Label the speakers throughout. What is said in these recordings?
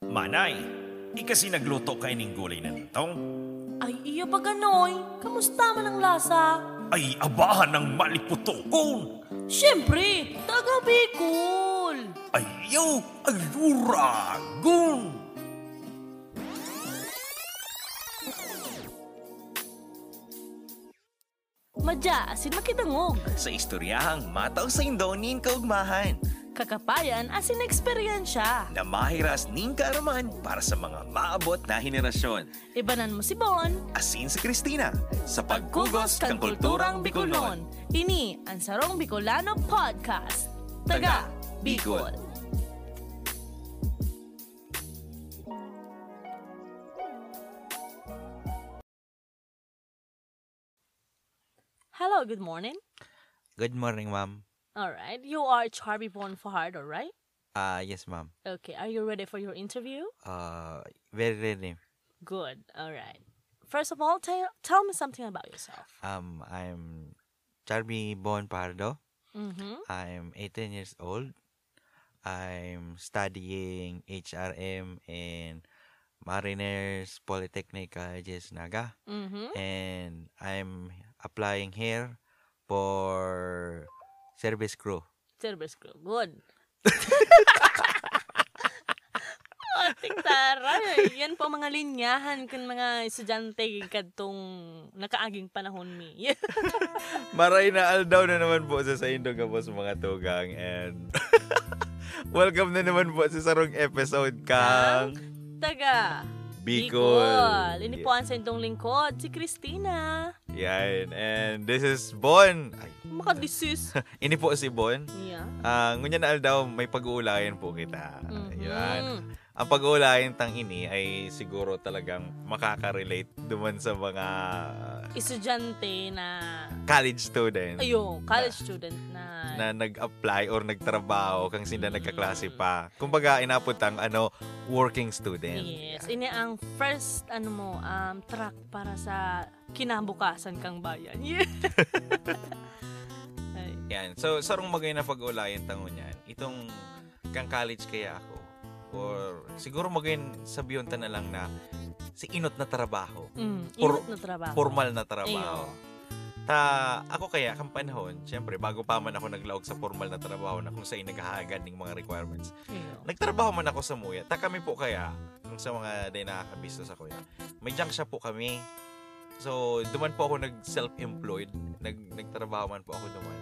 Speaker 1: Manay, ikasi nagluto kay ning gulay na nitong.
Speaker 2: Ay, iya ba ganoy? Kamusta man ang lasa?
Speaker 1: Ay abahan ng maliputokon!
Speaker 2: Siyempre, taga Bicol.
Speaker 1: Ayaw! Ayuragon!
Speaker 2: Madya, asin makitangog.
Speaker 1: Sa istoryahang mataw sa indonin kaugmahan
Speaker 2: Kakapayan, asin eksperyensya.
Speaker 1: na mahiras ning karaman para sa mga maabot na henerasyon.
Speaker 2: Ibanan mo si Bon.
Speaker 1: Asin si Christina sa
Speaker 2: Pagkugos kang kulturang Bicolon. Ini, ang Sarong Bicolano Podcast. Taga Bicol. Hello, good morning.
Speaker 3: Good morning, ma'am.
Speaker 2: All right, you are Charby Bonfahard, all right?
Speaker 3: Ah, yes, ma'am.
Speaker 2: Okay, are you ready for your interview?
Speaker 3: Uh, very ready.
Speaker 2: Good, all right. First of all, tell, tell me something about yourself.
Speaker 3: Um, I'm Charby Bon Pardo.
Speaker 2: Mm-hmm.
Speaker 3: I'm 18 years old. I'm studying HRM in Mariners Polytechnic Colleges Naga.
Speaker 2: Mm-hmm.
Speaker 3: And I'm applying here for service crew.
Speaker 2: Cerberus Crew. Good. Ating taray. Oh, Yan po mga linyahan kun mga estudyante kadtong nakaaging panahon mi.
Speaker 3: Maray na aldaw na naman po sa Saindo Gabos mga tugang and welcome na naman po sa sarong episode kang
Speaker 2: Taga
Speaker 3: Bicol.
Speaker 2: Ini po ang sa inyong lingkod, si Christina.
Speaker 3: Yan. And this is Bon. Ay,
Speaker 2: Makadisis.
Speaker 3: ini po si Bon.
Speaker 2: Yeah.
Speaker 3: Ah, ngunya na aldaw may pag-uulayan po kita.
Speaker 2: Mhm.
Speaker 3: Yan. Ang pag-uulayan tang ini ay siguro talagang makaka-relate duman sa mga
Speaker 2: Estudyante na,
Speaker 3: college student
Speaker 2: ayun, college student na,
Speaker 3: Mm. na nag-apply or nagtrabaho kang sila
Speaker 2: Mm.
Speaker 3: nagkaklase pa. Kumbaga, inapuntang ano, working student.
Speaker 2: Yes,
Speaker 3: Yeah.
Speaker 2: ini ang first ano mo um track para sa kinabukasan kang bayan. Yeah. Ay,
Speaker 3: Yan. So, sarong magay na pag-ulayan tango niyan. Itong kang college kaya ako. Or siguro magayon sa biyonta na lang na si inot na trabaho.
Speaker 2: mm,
Speaker 3: For-
Speaker 2: ingat na trabaho.
Speaker 3: Formal na trabaho. Ta, ako kaya, kang panahon, syempre, bago pa man ako naglaog sa formal na trabaho na kung sa'yo naghahagad ng mga requirements,
Speaker 2: Ayun.
Speaker 3: Nagtrabaho man ako sa Muya. Ta kami po kaya, kung sa mga day nakakabisto sa kuya, may junk shop po kami. So, duman po ako nag self-employed. Nag, nagtrabaho man po ako duman.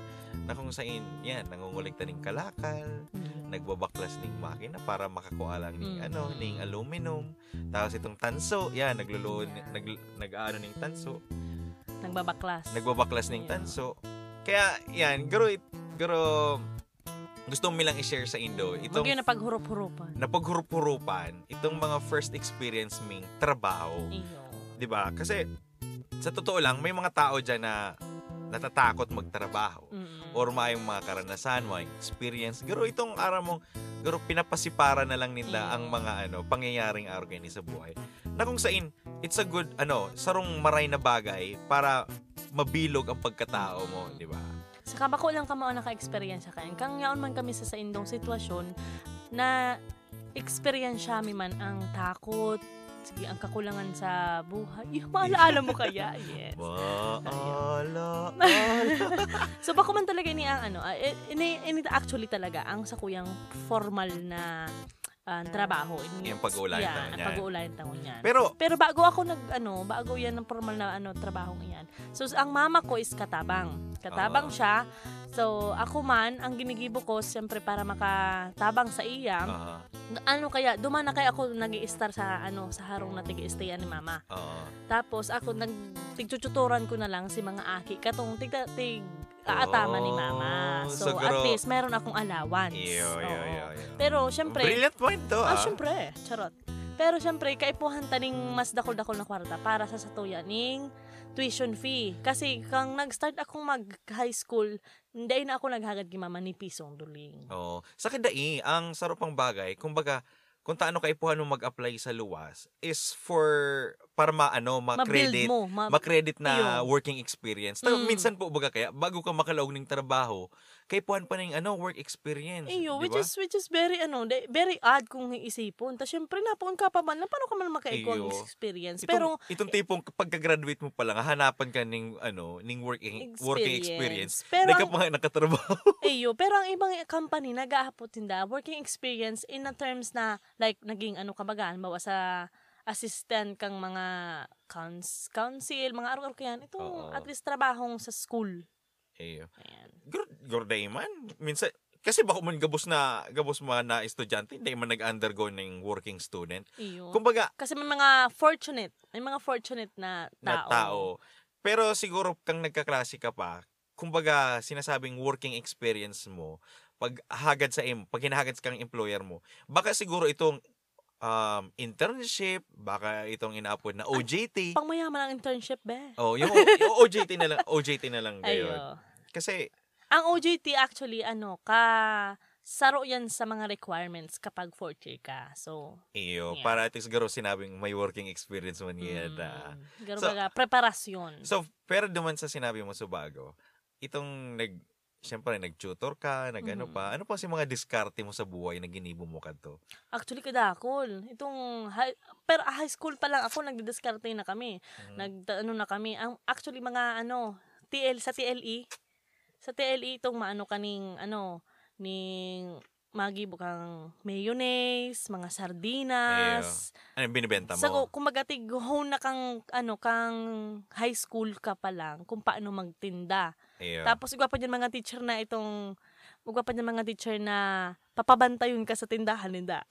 Speaker 3: Na kung sa in, yan, nangungulekta ng kalakal,
Speaker 2: Mm.
Speaker 3: nagbabaklas ng makina para makakuha lang ng
Speaker 2: Mm.
Speaker 3: ano, ng aluminum. Tapos itong tanso, yan, nagluload,
Speaker 2: Yeah.
Speaker 3: nag, nag-ano ng tanso,
Speaker 2: Nagbabaklas.
Speaker 3: nagbabaklas ng
Speaker 2: Yeah.
Speaker 3: tanso. Kaya, yan, garo, it- garo, gusto mo lang i-share sa Indo. Itong
Speaker 2: Magyo na paghurup-hurupan.
Speaker 3: napaghurup-hurupan itong mga first experience ming trabaho.
Speaker 2: Iyo.
Speaker 3: 'Di ba? Kasi sa totoo lang, may mga tao diyan na natatakot magtrabaho
Speaker 2: Mm.
Speaker 3: or maayong mga karanasan, mga experience. Pero itong araw mong, pero pinapasipara na lang nila
Speaker 2: Mm.
Speaker 3: ang mga ano, pangyayaring araw kayo sa buhay. Na kung sain, it's a good, ano, sarong maray na bagay para mabilog ang pagkatao mo, di ba?
Speaker 2: Sa kabako lang ka mao naka-experience ka. Kang yaon man kami sa sa indong sitwasyon na experience mi man ang takot, sige, ang kakulangan sa buhay. Yung maalaala mo kaya. Yes.
Speaker 3: Baala,
Speaker 2: So bako man talaga ini ang ano, ah, eh, ini, ini actually talaga ang sa kuyang formal na ah, trabaho. Ini,
Speaker 3: Yung pag-uulayan
Speaker 2: Yeah,
Speaker 3: tangon
Speaker 2: ang
Speaker 3: yan.
Speaker 2: pag-uulayan tangon yan. Pero,
Speaker 3: Pero,
Speaker 2: bago ako nag ano, bago yan ang formal na ano trabaho yan. So ang mama ko is katabang. Katabang
Speaker 3: Ah.
Speaker 2: siya. So ako man ang ginigibo ko siyempre para makatabang sa iya.
Speaker 3: ah,
Speaker 2: Ano kaya duman na kaya ako nag-i-star sa ano sa harong na tig-stayan ni mama.
Speaker 3: ah,
Speaker 2: Tapos ako nag tigtututuran ko na lang si mga aki katong tig tig aatama ni mama.
Speaker 3: Oh,
Speaker 2: So,
Speaker 3: so
Speaker 2: at
Speaker 3: gro-
Speaker 2: least meron akong allowance.
Speaker 3: iyo, iyo,
Speaker 2: Oo.
Speaker 3: iyo, iyo.
Speaker 2: Pero syempre,
Speaker 3: Brilliant point to,
Speaker 2: ah,
Speaker 3: ah.
Speaker 2: syempre, charot. Pero syempre, kaipuhan taning mas dakol-dakol na kwarta para sa satuya ning tuition fee. Kasi kang nag-start akong mag-high school, hindi na ako naghagad kay mama ni pisong duling.
Speaker 3: Oo. Sa kadai, ang sarap pang bagay, kumbaga, kung taano kaipuhan mo mag-apply sa luwas is for para maano,
Speaker 2: Ma-build
Speaker 3: ma-credit,
Speaker 2: mo. ma-
Speaker 3: ma-credit na
Speaker 2: Yun.
Speaker 3: working experience.
Speaker 2: Mm.
Speaker 3: Tapos minsan po baga kaya bago ka makalaog ng trabaho, kay puan pa ng ano, work experience,
Speaker 2: Iyo,
Speaker 3: di
Speaker 2: which
Speaker 3: ba?
Speaker 2: is which is very ano, de- very odd kung iisipon. Tapos syempre napuon ka pa man lang paano ka man makaikuan
Speaker 3: Iyo.
Speaker 2: experience.
Speaker 3: Itong,
Speaker 2: Pero
Speaker 3: itong tipong pagka-graduate mo pa lang, hahanapan ka ng ano, ng working working experience.
Speaker 2: Pero
Speaker 3: Dahil ka
Speaker 2: ang,
Speaker 3: pa nga nakatrabaho.
Speaker 2: iyo, pero ang ibang company nag-aapot tinda working experience in a terms na like naging ano kabagaan bawa sa assistant kang mga cons, council, mga araw-araw ko yan. Itong
Speaker 3: Oo.
Speaker 2: at least trabahong sa school.
Speaker 3: Iyo.
Speaker 2: Ayan.
Speaker 3: Gorday man. Minsan, kasi bako man gabos na gabos man na estudyante, hindi man nag-undergo ng working student.
Speaker 2: Iyo.
Speaker 3: Kumbaga,
Speaker 2: Kasi may mga fortunate, may mga fortunate na
Speaker 3: na
Speaker 2: tao.
Speaker 3: tao. Pero siguro kang nagkaklase ka pa, kumbaga sinasabing working experience mo, pag hagad sa im, pag hinahagad kang employer mo, baka siguro itong um, internship, baka itong inaapod na OJT.
Speaker 2: Pangmayaman ang internship, be.
Speaker 3: Oh, yung, yung OJT na lang, OJT na lang gayon.
Speaker 2: Ayo.
Speaker 3: Kasi
Speaker 2: Ang OJT actually, ano, ka saro yan sa mga requirements kapag 4K ka. So,
Speaker 3: iyo,
Speaker 2: Yeah.
Speaker 3: para at least garo sinabing may working experience man ah. yata.
Speaker 2: mm, ganun
Speaker 3: So-
Speaker 2: baga, preparasyon.
Speaker 3: So, pero duman sa sinabi mo sa bago, itong nag, syempre, nag-tutor ka, nag-ano
Speaker 2: Mhm.
Speaker 3: pa, ano pa si mga diskarte mo sa buhay na ginibo mo ka to?
Speaker 2: actually, kadakol. Itong, high, pero high school pa lang ako, nagdidiskarte na kami.
Speaker 3: Mm-hmm.
Speaker 2: Nag, ano na kami. Ang, actually, mga ano, TL, sa TLE, sa TLE, itong maano kaning, ano, ning, magibo kang mayonnaise, mga sardinas,
Speaker 3: ano yung binibenta mo?
Speaker 2: Sa so, kumbaga tighon na kang ano kang high school ka pa lang kung paano magtinda.
Speaker 3: Iyo.
Speaker 2: Tapos igwa pa dyan mga teacher na itong igwa pa dyan mga teacher na papabantayon ka sa tindahan nila.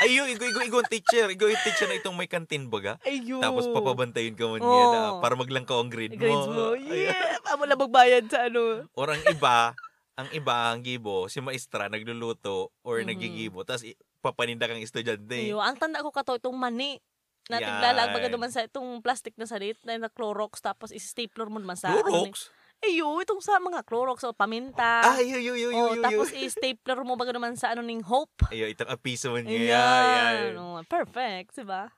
Speaker 3: Ay, yung igo, igo, igo ang teacher. Igo yung teacher na itong may kantin baga.
Speaker 2: Ayun.
Speaker 3: Tapos papabantayin ka man
Speaker 2: Oo.
Speaker 3: yan ah, para maglangkaw ang grade,
Speaker 2: Grades mo.
Speaker 3: Ayun.
Speaker 2: Yeah. Amo lang magbayad sa ano.
Speaker 3: Or ang iba, ang iba, ang gibo, si maestra nagluluto or
Speaker 2: Mhm.
Speaker 3: nagigibo. Tapos i- papaninda kang estudyante.
Speaker 2: Ayun. Ang tanda ko kato itong mani na
Speaker 3: Yan.
Speaker 2: tiglalag baga naman sa itong plastic na salit na, na Clorox tapos i-stapler mo naman sa
Speaker 3: Clorox?
Speaker 2: Ayun, itong sa mga Clorox o paminta.
Speaker 3: Ah, yun, yun, yun,
Speaker 2: Oh,
Speaker 3: yun, yun,
Speaker 2: tapos
Speaker 3: yun.
Speaker 2: i-stapler mo baga naman sa ano ning hope.
Speaker 3: Ayun, itong apiso man niya.
Speaker 2: Ayan.
Speaker 3: Ayan.
Speaker 2: Oh, perfect, di ba?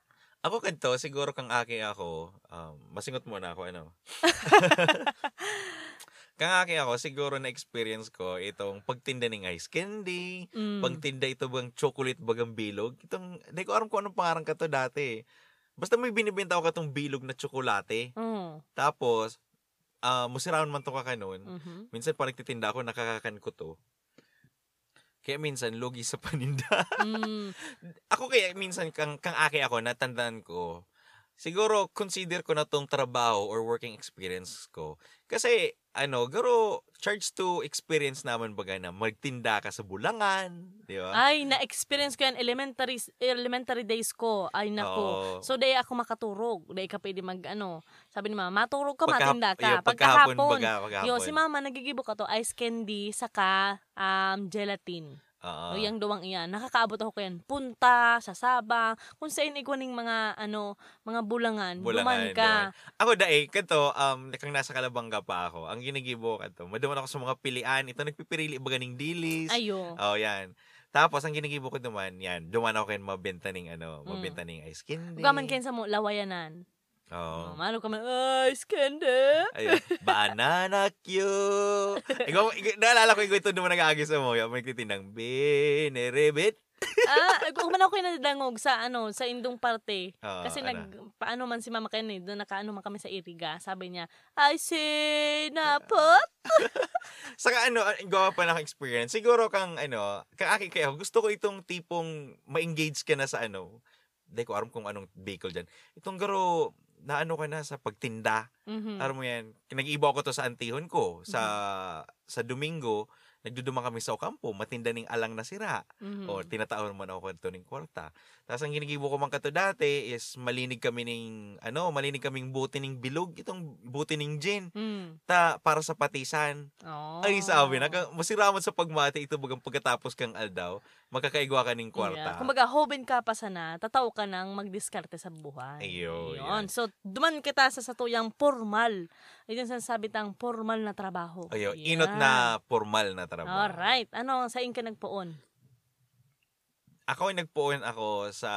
Speaker 3: Ako kanto, siguro kang aki ako, um, masingot muna ako, ano? kang aki ako, siguro na-experience ko itong pagtinda ng ice candy,
Speaker 2: Mm.
Speaker 3: pagtinda ito bang chocolate bagang bilog. Itong, hindi ko alam kung anong pangarang ka to dati. eh. Basta may binibenta ko katong bilog na tsokolate.
Speaker 2: Mm.
Speaker 3: Tapos, uh, musiraon man to ka kanon.
Speaker 2: Mhm.
Speaker 3: Minsan pag nagtitinda ako, nakakakan ko to. Kaya minsan, logi sa paninda.
Speaker 2: Mm.
Speaker 3: ako kaya minsan kang, kang aki ako, natandaan ko, siguro consider ko na tong trabaho or working experience ko. Kasi, ano, garo, charge to experience naman baga na magtinda ka sa bulangan, di ba?
Speaker 2: Ay, na-experience ko yan elementary elementary days ko. Ay, nako.
Speaker 3: Oo.
Speaker 2: So, day ako makaturog. Day ka pwede mag, ano, sabi ni mama, maturog ka,
Speaker 3: Pagkahap-
Speaker 2: matinda ka.
Speaker 3: Ayun, pagkahapon,
Speaker 2: Pagkahapon,
Speaker 3: baga, pagkahapon.
Speaker 2: Yo, si mama nagigibo ka to, ice candy, saka um, gelatin.
Speaker 3: Oo.
Speaker 2: O yung duwang iyan. Nakakaabot ako kayan. Punta, sa Sabang, kung saan iguaning mga, ano, mga bulangan.
Speaker 3: Bulangan,
Speaker 2: Bulangan, ka.
Speaker 3: Ako dae, kanto, um, kang nasa Kalabanga pa ako, ang ginigibo kanto, madaman ako sa mga pilian, ito nagpipirili baga ng dilis.
Speaker 2: Ayo.
Speaker 3: Oh, yan. Tapos, ang ginigibo ko naman, yan, duman ako kayo mabenta ng, ano,
Speaker 2: Mm.
Speaker 3: mabenta ng ice candy.
Speaker 2: Gaman kayan sa mo, lawayanan. Oh.
Speaker 3: Oo.
Speaker 2: Mano ka man, ice candy.
Speaker 3: Ayun. Banana Q. Ikaw, ikaw, naalala ko ikaw ito naman nag-aagis mo. Yung may titinang binerebit.
Speaker 2: ah, kung man ako kinadangog sa ano, sa indong parte.
Speaker 3: Oo,
Speaker 2: Kasi nag
Speaker 3: ano.
Speaker 2: paano man si Mama Ken eh, doon nakaano man kami sa Iriga, sabi niya, "I say
Speaker 3: Ah.
Speaker 2: napot."
Speaker 3: Saka ano, ang gawa pa ng experience. Siguro kang ano, kang akin kayo, gusto ko itong tipong ma-engage ka na sa ano. Hindi ko alam kung anong vehicle dyan. Itong garo, na ano ka na sa pagtinda.
Speaker 2: Mhm.
Speaker 3: Alam mo yan, nag-iiba ako to sa antihon ko. Sa
Speaker 2: Mm-hmm.
Speaker 3: sa Domingo, nagduduma kami sa Ocampo, matinda ng alang na sira.
Speaker 2: Mhm.
Speaker 3: O, tinataon man ako kanto ng kwarta. Tapos ang ginigibo ko man kato dati is malinig kami ng, ano, malinig kaming buti ng bilog, itong buti ng gin,
Speaker 2: Mm.
Speaker 3: ta, para sa patisan.
Speaker 2: Oh.
Speaker 3: Ay, sabi na, ka- masiramot sa pagmati, ito bagang pagkatapos kang aldaw, magkakaigwa ka
Speaker 2: Yeah.
Speaker 3: ng kwarta.
Speaker 2: Kumbaga, hoben ka pa sana, tataw ka nang magdiskarte sa buhay.
Speaker 3: Ayo,
Speaker 2: Yun. So, duman kita sa satuyang formal. Ayun ang sabi tang formal na trabaho.
Speaker 3: Ayo,
Speaker 2: Yan.
Speaker 3: inot na formal na trabaho.
Speaker 2: Alright. Ano, sa ka nagpoon?
Speaker 3: Ako ay nagpuon ako sa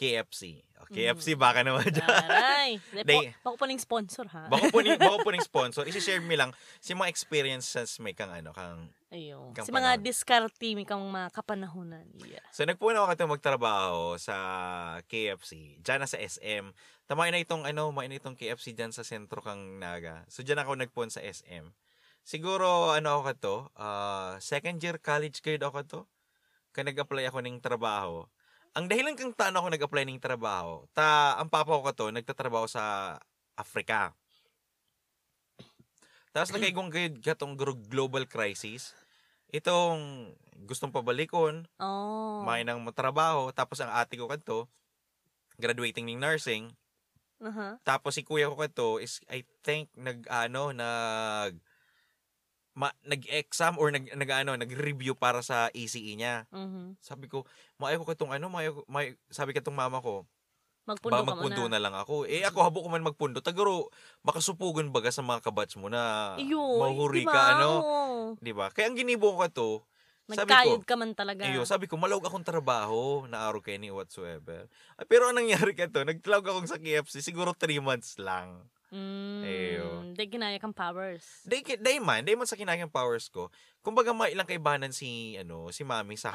Speaker 3: KFC. O, KFC baka naman dyan.
Speaker 2: Aray.
Speaker 3: They-
Speaker 2: They, po, bako pa ng sponsor ha.
Speaker 3: baka po ni baka po ning sponsor, isi-share mi lang si mga experiences may kang ano, kang
Speaker 2: Ayun.
Speaker 3: Kang
Speaker 2: Si mga
Speaker 3: panahon.
Speaker 2: diskarte, may kang mga kapanahonan. Yeah.
Speaker 3: So nagpuno ako katong magtrabaho sa KFC, diyan na sa SM. Tamain na itong ano, main itong KFC diyan sa sentro kang Naga. So diyan ako nagpon sa SM. Siguro ano ako kato, ah, second year college grade ako kato. Kaya nag-apply ako ng trabaho. Ang dahilan kang taano ako nag-apply ng trabaho, ta ang papa ko kato nagtatrabaho sa Africa. Tapos nakaigong kayo katong global crisis. Itong gustong pabalikon,
Speaker 2: Oh.
Speaker 3: may nang matrabaho. Tapos ang ate ko kanto, graduating ng nursing.
Speaker 2: Aha.
Speaker 3: Tapos si kuya ko kanto is, I think, nag, ano, nag, ma, nag-exam or nag, nag, ano, nag-review para sa ACE niya.
Speaker 2: Mhm.
Speaker 3: Sabi ko, maayo ko katong ano, maayo, maayo, sabi katong mama ko,
Speaker 2: Magpundo
Speaker 3: ba
Speaker 2: ka
Speaker 3: magpundo
Speaker 2: muna.
Speaker 3: na. lang ako. Eh ako, habo ko man magpundo, taguro, makasupugan baga sa mga kabatch mo na
Speaker 2: Iyon.
Speaker 3: mahuri
Speaker 2: diba?
Speaker 3: ka, ano?
Speaker 2: Oo.
Speaker 3: Di ba? Kaya ang ginibo ko kato, sabi ko,
Speaker 2: Nagkayod ka man talaga.
Speaker 3: Iyo, sabi ko, malawag akong trabaho na araw kay ni whatsoever. Ah, Pero anong nangyari ka to? Nagtalawag akong sa KFC, siguro 3 months lang.
Speaker 2: Mm,
Speaker 3: Iyo.
Speaker 2: Hindi, ginaya kang powers.
Speaker 3: Day, day man, day man sa kinakang powers ko. Kumbaga, may ilang kaibanan si, ano, si mami sa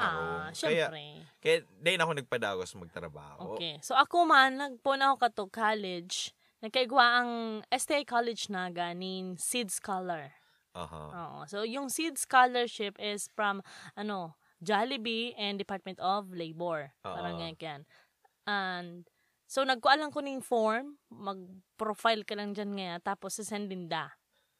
Speaker 2: Ah,
Speaker 3: harong. kaya,
Speaker 2: syempre.
Speaker 3: kaya day na ako nagpadagos magtrabaho.
Speaker 2: Okay. So ako man, nagpon ako katog college. Nagkaigwa ang STA College na ganin Seed Scholar.
Speaker 3: Aha.
Speaker 2: Oo. So yung Seed Scholarship is from, ano, Jollibee and Department of Labor. Parang
Speaker 3: Oo.
Speaker 2: ganyan. yan. And, so nagkualan ko ning form, mag-profile ka lang dyan ngayon, tapos sisendin da.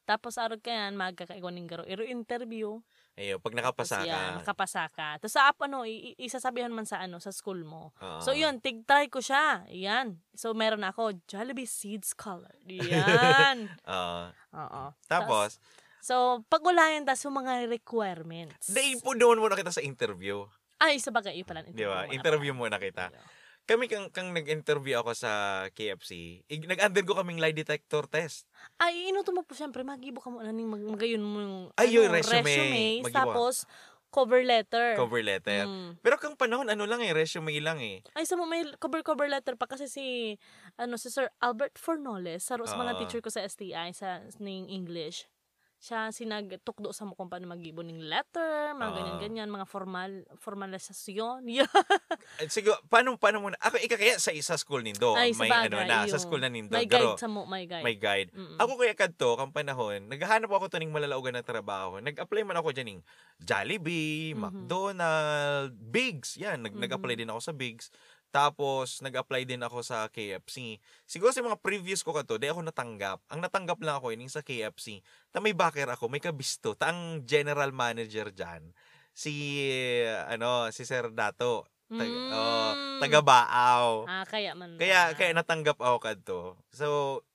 Speaker 2: Tapos araw ka yan, magkakaiwan ning garo. Iro interview.
Speaker 3: Iyo, pag
Speaker 2: Tapos
Speaker 3: nakapasa ka.
Speaker 2: yan, nakapasa ka. Tapos sa app, ano, i- i- isasabihan man sa ano, sa school mo.
Speaker 3: oo.
Speaker 2: So yun, tig-try ko siya. Yan. So meron ako, Jollibee Seeds Color. Yan.
Speaker 3: Ah,
Speaker 2: Oo.
Speaker 3: tapos,
Speaker 2: So, pag-ulayan tas yung mga requirements.
Speaker 3: day po doon muna kita sa interview.
Speaker 2: Ay, sa bagay, yun pala.
Speaker 3: Di
Speaker 2: interview
Speaker 3: ba?
Speaker 2: muna
Speaker 3: Interview
Speaker 2: pala.
Speaker 3: muna kita.
Speaker 2: Ayun.
Speaker 3: Kami kang, kang nag-interview ako sa KFC, ig- nag-undergo kaming lie detector test.
Speaker 2: Ay, inuto mo po siyempre, mag-ibo ka muna, ning mag- magayon mo yung, ano,
Speaker 3: Ay, yung resume.
Speaker 2: resume,
Speaker 3: Mag-ibo ka.
Speaker 2: tapos, cover letter.
Speaker 3: cover letter.
Speaker 2: Mm.
Speaker 3: Pero kang panahon, ano lang eh, resume lang eh.
Speaker 2: Ay, sa mo, may cover-cover letter pa kasi si, ano, si Sir Albert Fornoles, sa, sa mga
Speaker 3: Ah.
Speaker 2: teacher ko sa STI, sa ning English. Siya sinagtukdo sa mo kung paano mag-ibo ng letter, mga
Speaker 3: Ah.
Speaker 2: ganyan-ganyan, mga formal, formalisasyon. Yeah.
Speaker 3: At Siguro, paano, paano muna? Ako, ikakaya sa isa school nindo.
Speaker 2: Ay,
Speaker 3: may
Speaker 2: sabagay,
Speaker 3: ano na,
Speaker 2: iyo.
Speaker 3: sa school na nindo.
Speaker 2: May
Speaker 3: Pero,
Speaker 2: guide sa mo, may guide.
Speaker 3: may guide.
Speaker 2: Mm-mm.
Speaker 3: Ako kaya kadto, kang panahon, naghahanap ako to ng malalaugan na trabaho. Nag-apply man ako dyan ng Jollibee,
Speaker 2: Mhm.
Speaker 3: McDonald's, Bigs. Yan, nag-
Speaker 2: Mhm.
Speaker 3: nag-apply din ako sa Bigs. Tapos, nag-apply din ako sa KFC. Siguro sa mga previous ko kadto, di ako natanggap. Ang natanggap lang ako, yun yung sa KFC. Ta may backer ako, may kabisto. Ta ang general manager dyan, si, ano, si Sir Dato. Tag-
Speaker 2: Mm.
Speaker 3: oh, taga Baao.
Speaker 2: Ah, kaya man. pala.
Speaker 3: Kaya kaya natanggap ako kadto. So,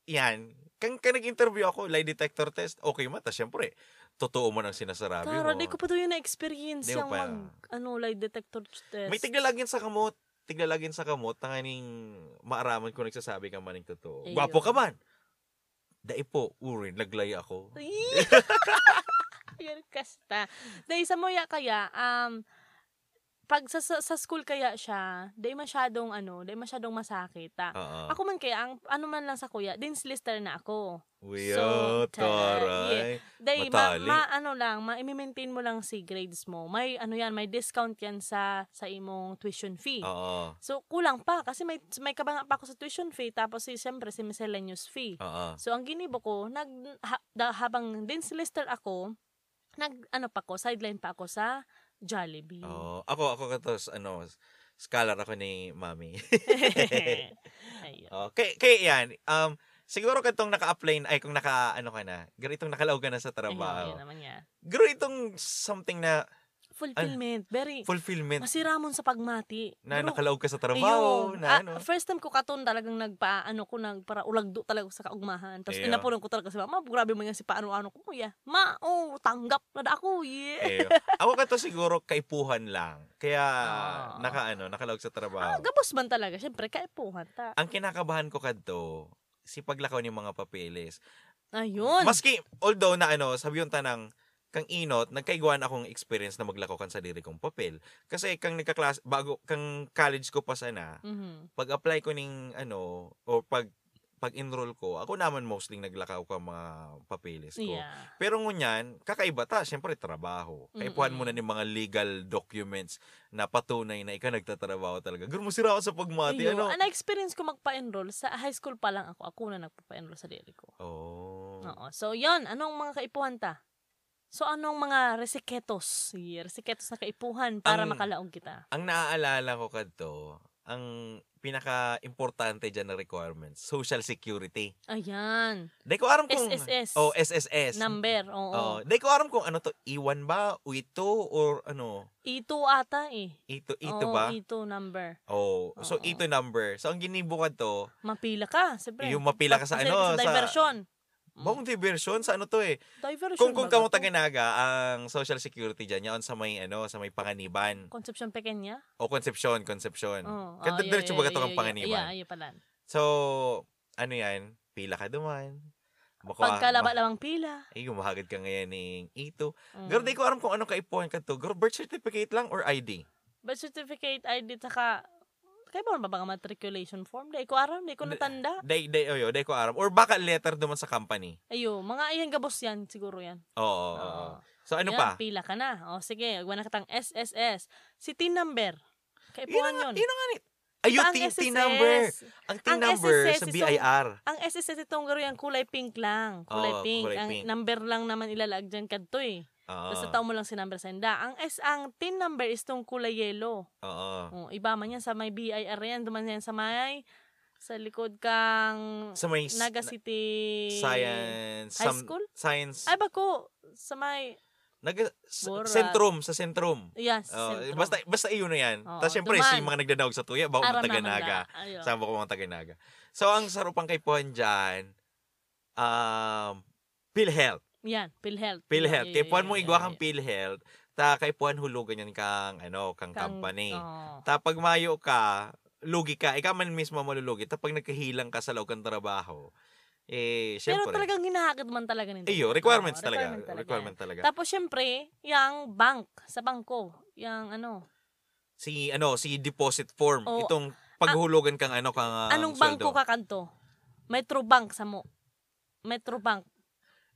Speaker 3: yan. Kang ka nag-interview ako, lie detector test, okay mata, syempre. Totoo mo nang sinasarabi
Speaker 2: Tara,
Speaker 3: mo.
Speaker 2: di ko pa to yung na-experience
Speaker 3: Di mo
Speaker 2: yung
Speaker 3: pa.
Speaker 2: mag, ano, lie detector test.
Speaker 3: May tiglalagin sa kamot. Tiglalagin sa kamot, tanganing maaraman ko nagsasabi ka man ng totoo.
Speaker 2: Ayun.
Speaker 3: Gwapo ka man. Dai po, uri, naglaya ako.
Speaker 2: Ih! Yan kasta. Dahil sa moya kaya, um, pag sa, sa, sa school kaya siya, di masyadong ano, di masyadong masakit. ah.
Speaker 3: Oo.
Speaker 2: Ako man kaya, ang ano man lang sa kuya, din slister na ako.
Speaker 3: Uy,
Speaker 2: So,
Speaker 3: ah,
Speaker 2: tara,
Speaker 3: taray.
Speaker 2: Dahil ma,
Speaker 3: Matali.
Speaker 2: ma- ano lang, ma-maintain mo lang si grades mo. May ano yan, may discount yan sa sa imong tuition fee.
Speaker 3: Oo.
Speaker 2: So kulang pa kasi may may kabanga pa ako sa tuition fee tapos si siyempre si miscellaneous fee.
Speaker 3: Oo.
Speaker 2: So ang ginibo ko, nag ha- da- habang din silister ako, nag ano pa ko, sideline pa ako sa Jollibee.
Speaker 3: Oo. Ako, ako katos, ano, scholar ako ni mami.
Speaker 2: Ayun.
Speaker 3: Okay, Oh, kaya yan. Um, siguro katong naka-apply, na- ay kung naka, ano ka na, garo itong nakalaw ka na
Speaker 2: Ayun,
Speaker 3: sa
Speaker 2: yun
Speaker 3: trabaho.
Speaker 2: naman yan.
Speaker 3: Garo itong something na
Speaker 2: Fulfillment, very
Speaker 3: fulfillment
Speaker 2: masiramon sa pagmati.
Speaker 3: na
Speaker 2: Pero,
Speaker 3: nakalaw ka sa
Speaker 2: ano?
Speaker 3: trabaho,
Speaker 2: ayun,
Speaker 3: na
Speaker 2: ah,
Speaker 3: ano.
Speaker 2: First time ko katon talagang nagpa, ano ko, nag, para ulagdo talaga ko sa kaugmahan. Tapos
Speaker 3: Ayun.
Speaker 2: inapunan ko talaga sa mama, grabe mo nga si paano-ano ko, kuya. Ma, oh, tanggap na da ako, yeah.
Speaker 3: Eh, ako kato siguro kaipuhan lang. Kaya
Speaker 2: Ah.
Speaker 3: naka ano, nakalaw sa
Speaker 2: Ah,
Speaker 3: trabaho.
Speaker 2: gabos man talaga, syempre, kaipuhan ta.
Speaker 3: Ang kinakabahan ko kadto, si paglakaw ng mga papeles.
Speaker 2: Ayun.
Speaker 3: Maski although na ano, sabi yung tanang kang inot, nagkaiguan akong experience na maglako kan sa diri kong papel. Kasi kang nagkaklas, bago, kang college ko pa sana,
Speaker 2: Mhm.
Speaker 3: pag-apply ko ning ano, o pag pag-enroll ko, ako naman mostly naglakaw ka mga papeles ko.
Speaker 2: Yeah.
Speaker 3: Pero ngunyan, kakaiba ta, syempre trabaho. Kaipuhan mo na
Speaker 2: Mm-mm.
Speaker 3: ng mga legal documents na patunay na ikaw nagtatrabaho talaga. Guru mo sira ako sa pagmati,
Speaker 2: Ayun.
Speaker 3: ano?
Speaker 2: Ah, na-experience ko magpa-enroll. Sa high school pa lang ako. Ako na nagpa-enroll sa dili ko.
Speaker 3: Oh.
Speaker 2: Oo. So, yon Anong mga kaipuhan ta? So, anong mga resiketos? Yeah, resiketos na kaipuhan para
Speaker 3: Ang-
Speaker 2: makalaog kita.
Speaker 3: Ang naaalala ko kadto, ang pinaka-importante dyan na requirements, social security.
Speaker 2: Ayan.
Speaker 3: Dahil ko aram kung...
Speaker 2: SSS.
Speaker 3: Oh, SSS.
Speaker 2: Number. Oo.
Speaker 3: Oh, dahil ko aram kung ano to, iwan ba, o ito, or ano,
Speaker 2: Ito ata eh.
Speaker 3: ito, ito
Speaker 2: Oo,
Speaker 3: E ba?
Speaker 2: Ito number.
Speaker 3: Oh, so
Speaker 2: Oo.
Speaker 3: ito number. So ang ginibo ka to,
Speaker 2: Mapila ka, siyempre.
Speaker 3: yung mapila ka sa
Speaker 2: Pasensya Sa
Speaker 3: ano, sa...
Speaker 2: diversion. Mm.
Speaker 3: Bawang diversion sa ano to eh.
Speaker 2: Diversion
Speaker 3: Kung kung
Speaker 2: ba
Speaker 3: kamo
Speaker 2: to?
Speaker 3: taganaga ang social security diyan yaon sa may ano sa may panganiban
Speaker 2: Conception Pequeña?
Speaker 3: o conception conception.
Speaker 2: Oo.
Speaker 3: Kada
Speaker 2: Ah,
Speaker 3: Ano? diretso ba
Speaker 2: yeah,
Speaker 3: ka to
Speaker 2: yeah,
Speaker 3: kang
Speaker 2: yeah,
Speaker 3: panganiban?
Speaker 2: Yeah, yeah, pala.
Speaker 3: So ano yan? Pila ka duman. Baka-
Speaker 2: Pagkalaba-labang pila.
Speaker 3: Ay, humahagad ka ngayon ng ito.
Speaker 2: Mm.
Speaker 3: Girl, di ko alam kung ano kaipuan ka to. Girl, birth certificate lang or ID?
Speaker 2: Birth certificate, ID, tsaka... Kaya ba ba mga matriculation form? Di ko aram, di ko
Speaker 3: Di-
Speaker 2: natanda.
Speaker 3: Day, day, oyo, day ko alam. Or baka letter duman sa company.
Speaker 2: Ayo, mga ayan gabos yan, siguro yan.
Speaker 3: Oo, oo, oo. So ano
Speaker 2: Yan,
Speaker 3: pa?
Speaker 2: Pila ka na. O, sige, wala na katang SSS. Si T number.
Speaker 3: Yun na
Speaker 2: Kaipuhan
Speaker 3: nga,
Speaker 2: yun.
Speaker 3: yun na nga. ni- Ayun,
Speaker 2: Ang
Speaker 3: T, T
Speaker 2: SSS.
Speaker 3: number. Ang T
Speaker 2: Ang
Speaker 3: number
Speaker 2: SSS
Speaker 3: sa
Speaker 2: is
Speaker 3: BIR.
Speaker 2: Ang SSS itong garo yan, kulay pink lang. Kulay
Speaker 3: Oo,
Speaker 2: pink.
Speaker 3: Oh, kulay
Speaker 2: ang
Speaker 3: pink. Oh.
Speaker 2: number lang naman ilalag dyan kadto eh.
Speaker 3: Oo,
Speaker 2: Basta tao mo lang si number sa hinda. Ang S, ang tin number is tong kulay yellow.
Speaker 3: oo.
Speaker 2: Oh, iba man yan sa may BIR yan. Duman yan sa may, sa likod kang
Speaker 3: Sa may s-
Speaker 2: Naga City
Speaker 3: Science.
Speaker 2: High
Speaker 3: some-
Speaker 2: School?
Speaker 3: Science.
Speaker 2: Ay, bako, sa may,
Speaker 3: Naga, s-
Speaker 2: Borat.
Speaker 3: Centrum. Sa Centrum.
Speaker 2: yan,
Speaker 3: Oh,
Speaker 2: sa sentro.
Speaker 3: basta, basta iyon na yan.
Speaker 2: Oo,
Speaker 3: Tapos syempre,
Speaker 2: duman.
Speaker 3: si mga nagdadawag sa tuya, bawang
Speaker 2: Aram
Speaker 3: mga
Speaker 2: naman
Speaker 3: taganaga.
Speaker 2: da. Ayun.
Speaker 3: Sama ko mga taganaga. So, ang sarupang kay Puan dyan, um, PhilHealth.
Speaker 2: Yan, PhilHealth.
Speaker 3: PhilHealth.
Speaker 2: Yeah,
Speaker 3: Kay Puan
Speaker 2: yeah,
Speaker 3: mo
Speaker 2: yeah,
Speaker 3: igwa
Speaker 2: yeah,
Speaker 3: kang PhilHealth, ta kay Puan hulugan yan kang, ano, kang,
Speaker 2: Kang- oh.
Speaker 3: company.
Speaker 2: oo.
Speaker 3: Ta pag mayo ka, lugi ka. Ikaw man mismo malulugi. Ta pag nagkahilang ka sa loob kang trabaho, eh,
Speaker 2: Pero
Speaker 3: syempre.
Speaker 2: talagang hinahakad man talaga nito.
Speaker 3: Iyo, requirements
Speaker 2: Oo,
Speaker 3: talaga.
Speaker 2: requirement talaga.
Speaker 3: Requirement talaga.
Speaker 2: Tapos, syempre, yung bank, sa bangko, yung ano,
Speaker 3: si ano, si deposit form.
Speaker 2: Oo. Ah,
Speaker 3: Itong paghulugan kang ano kang um,
Speaker 2: anong bangko ka kanto? Metro Bank sa mo. Metro Bank.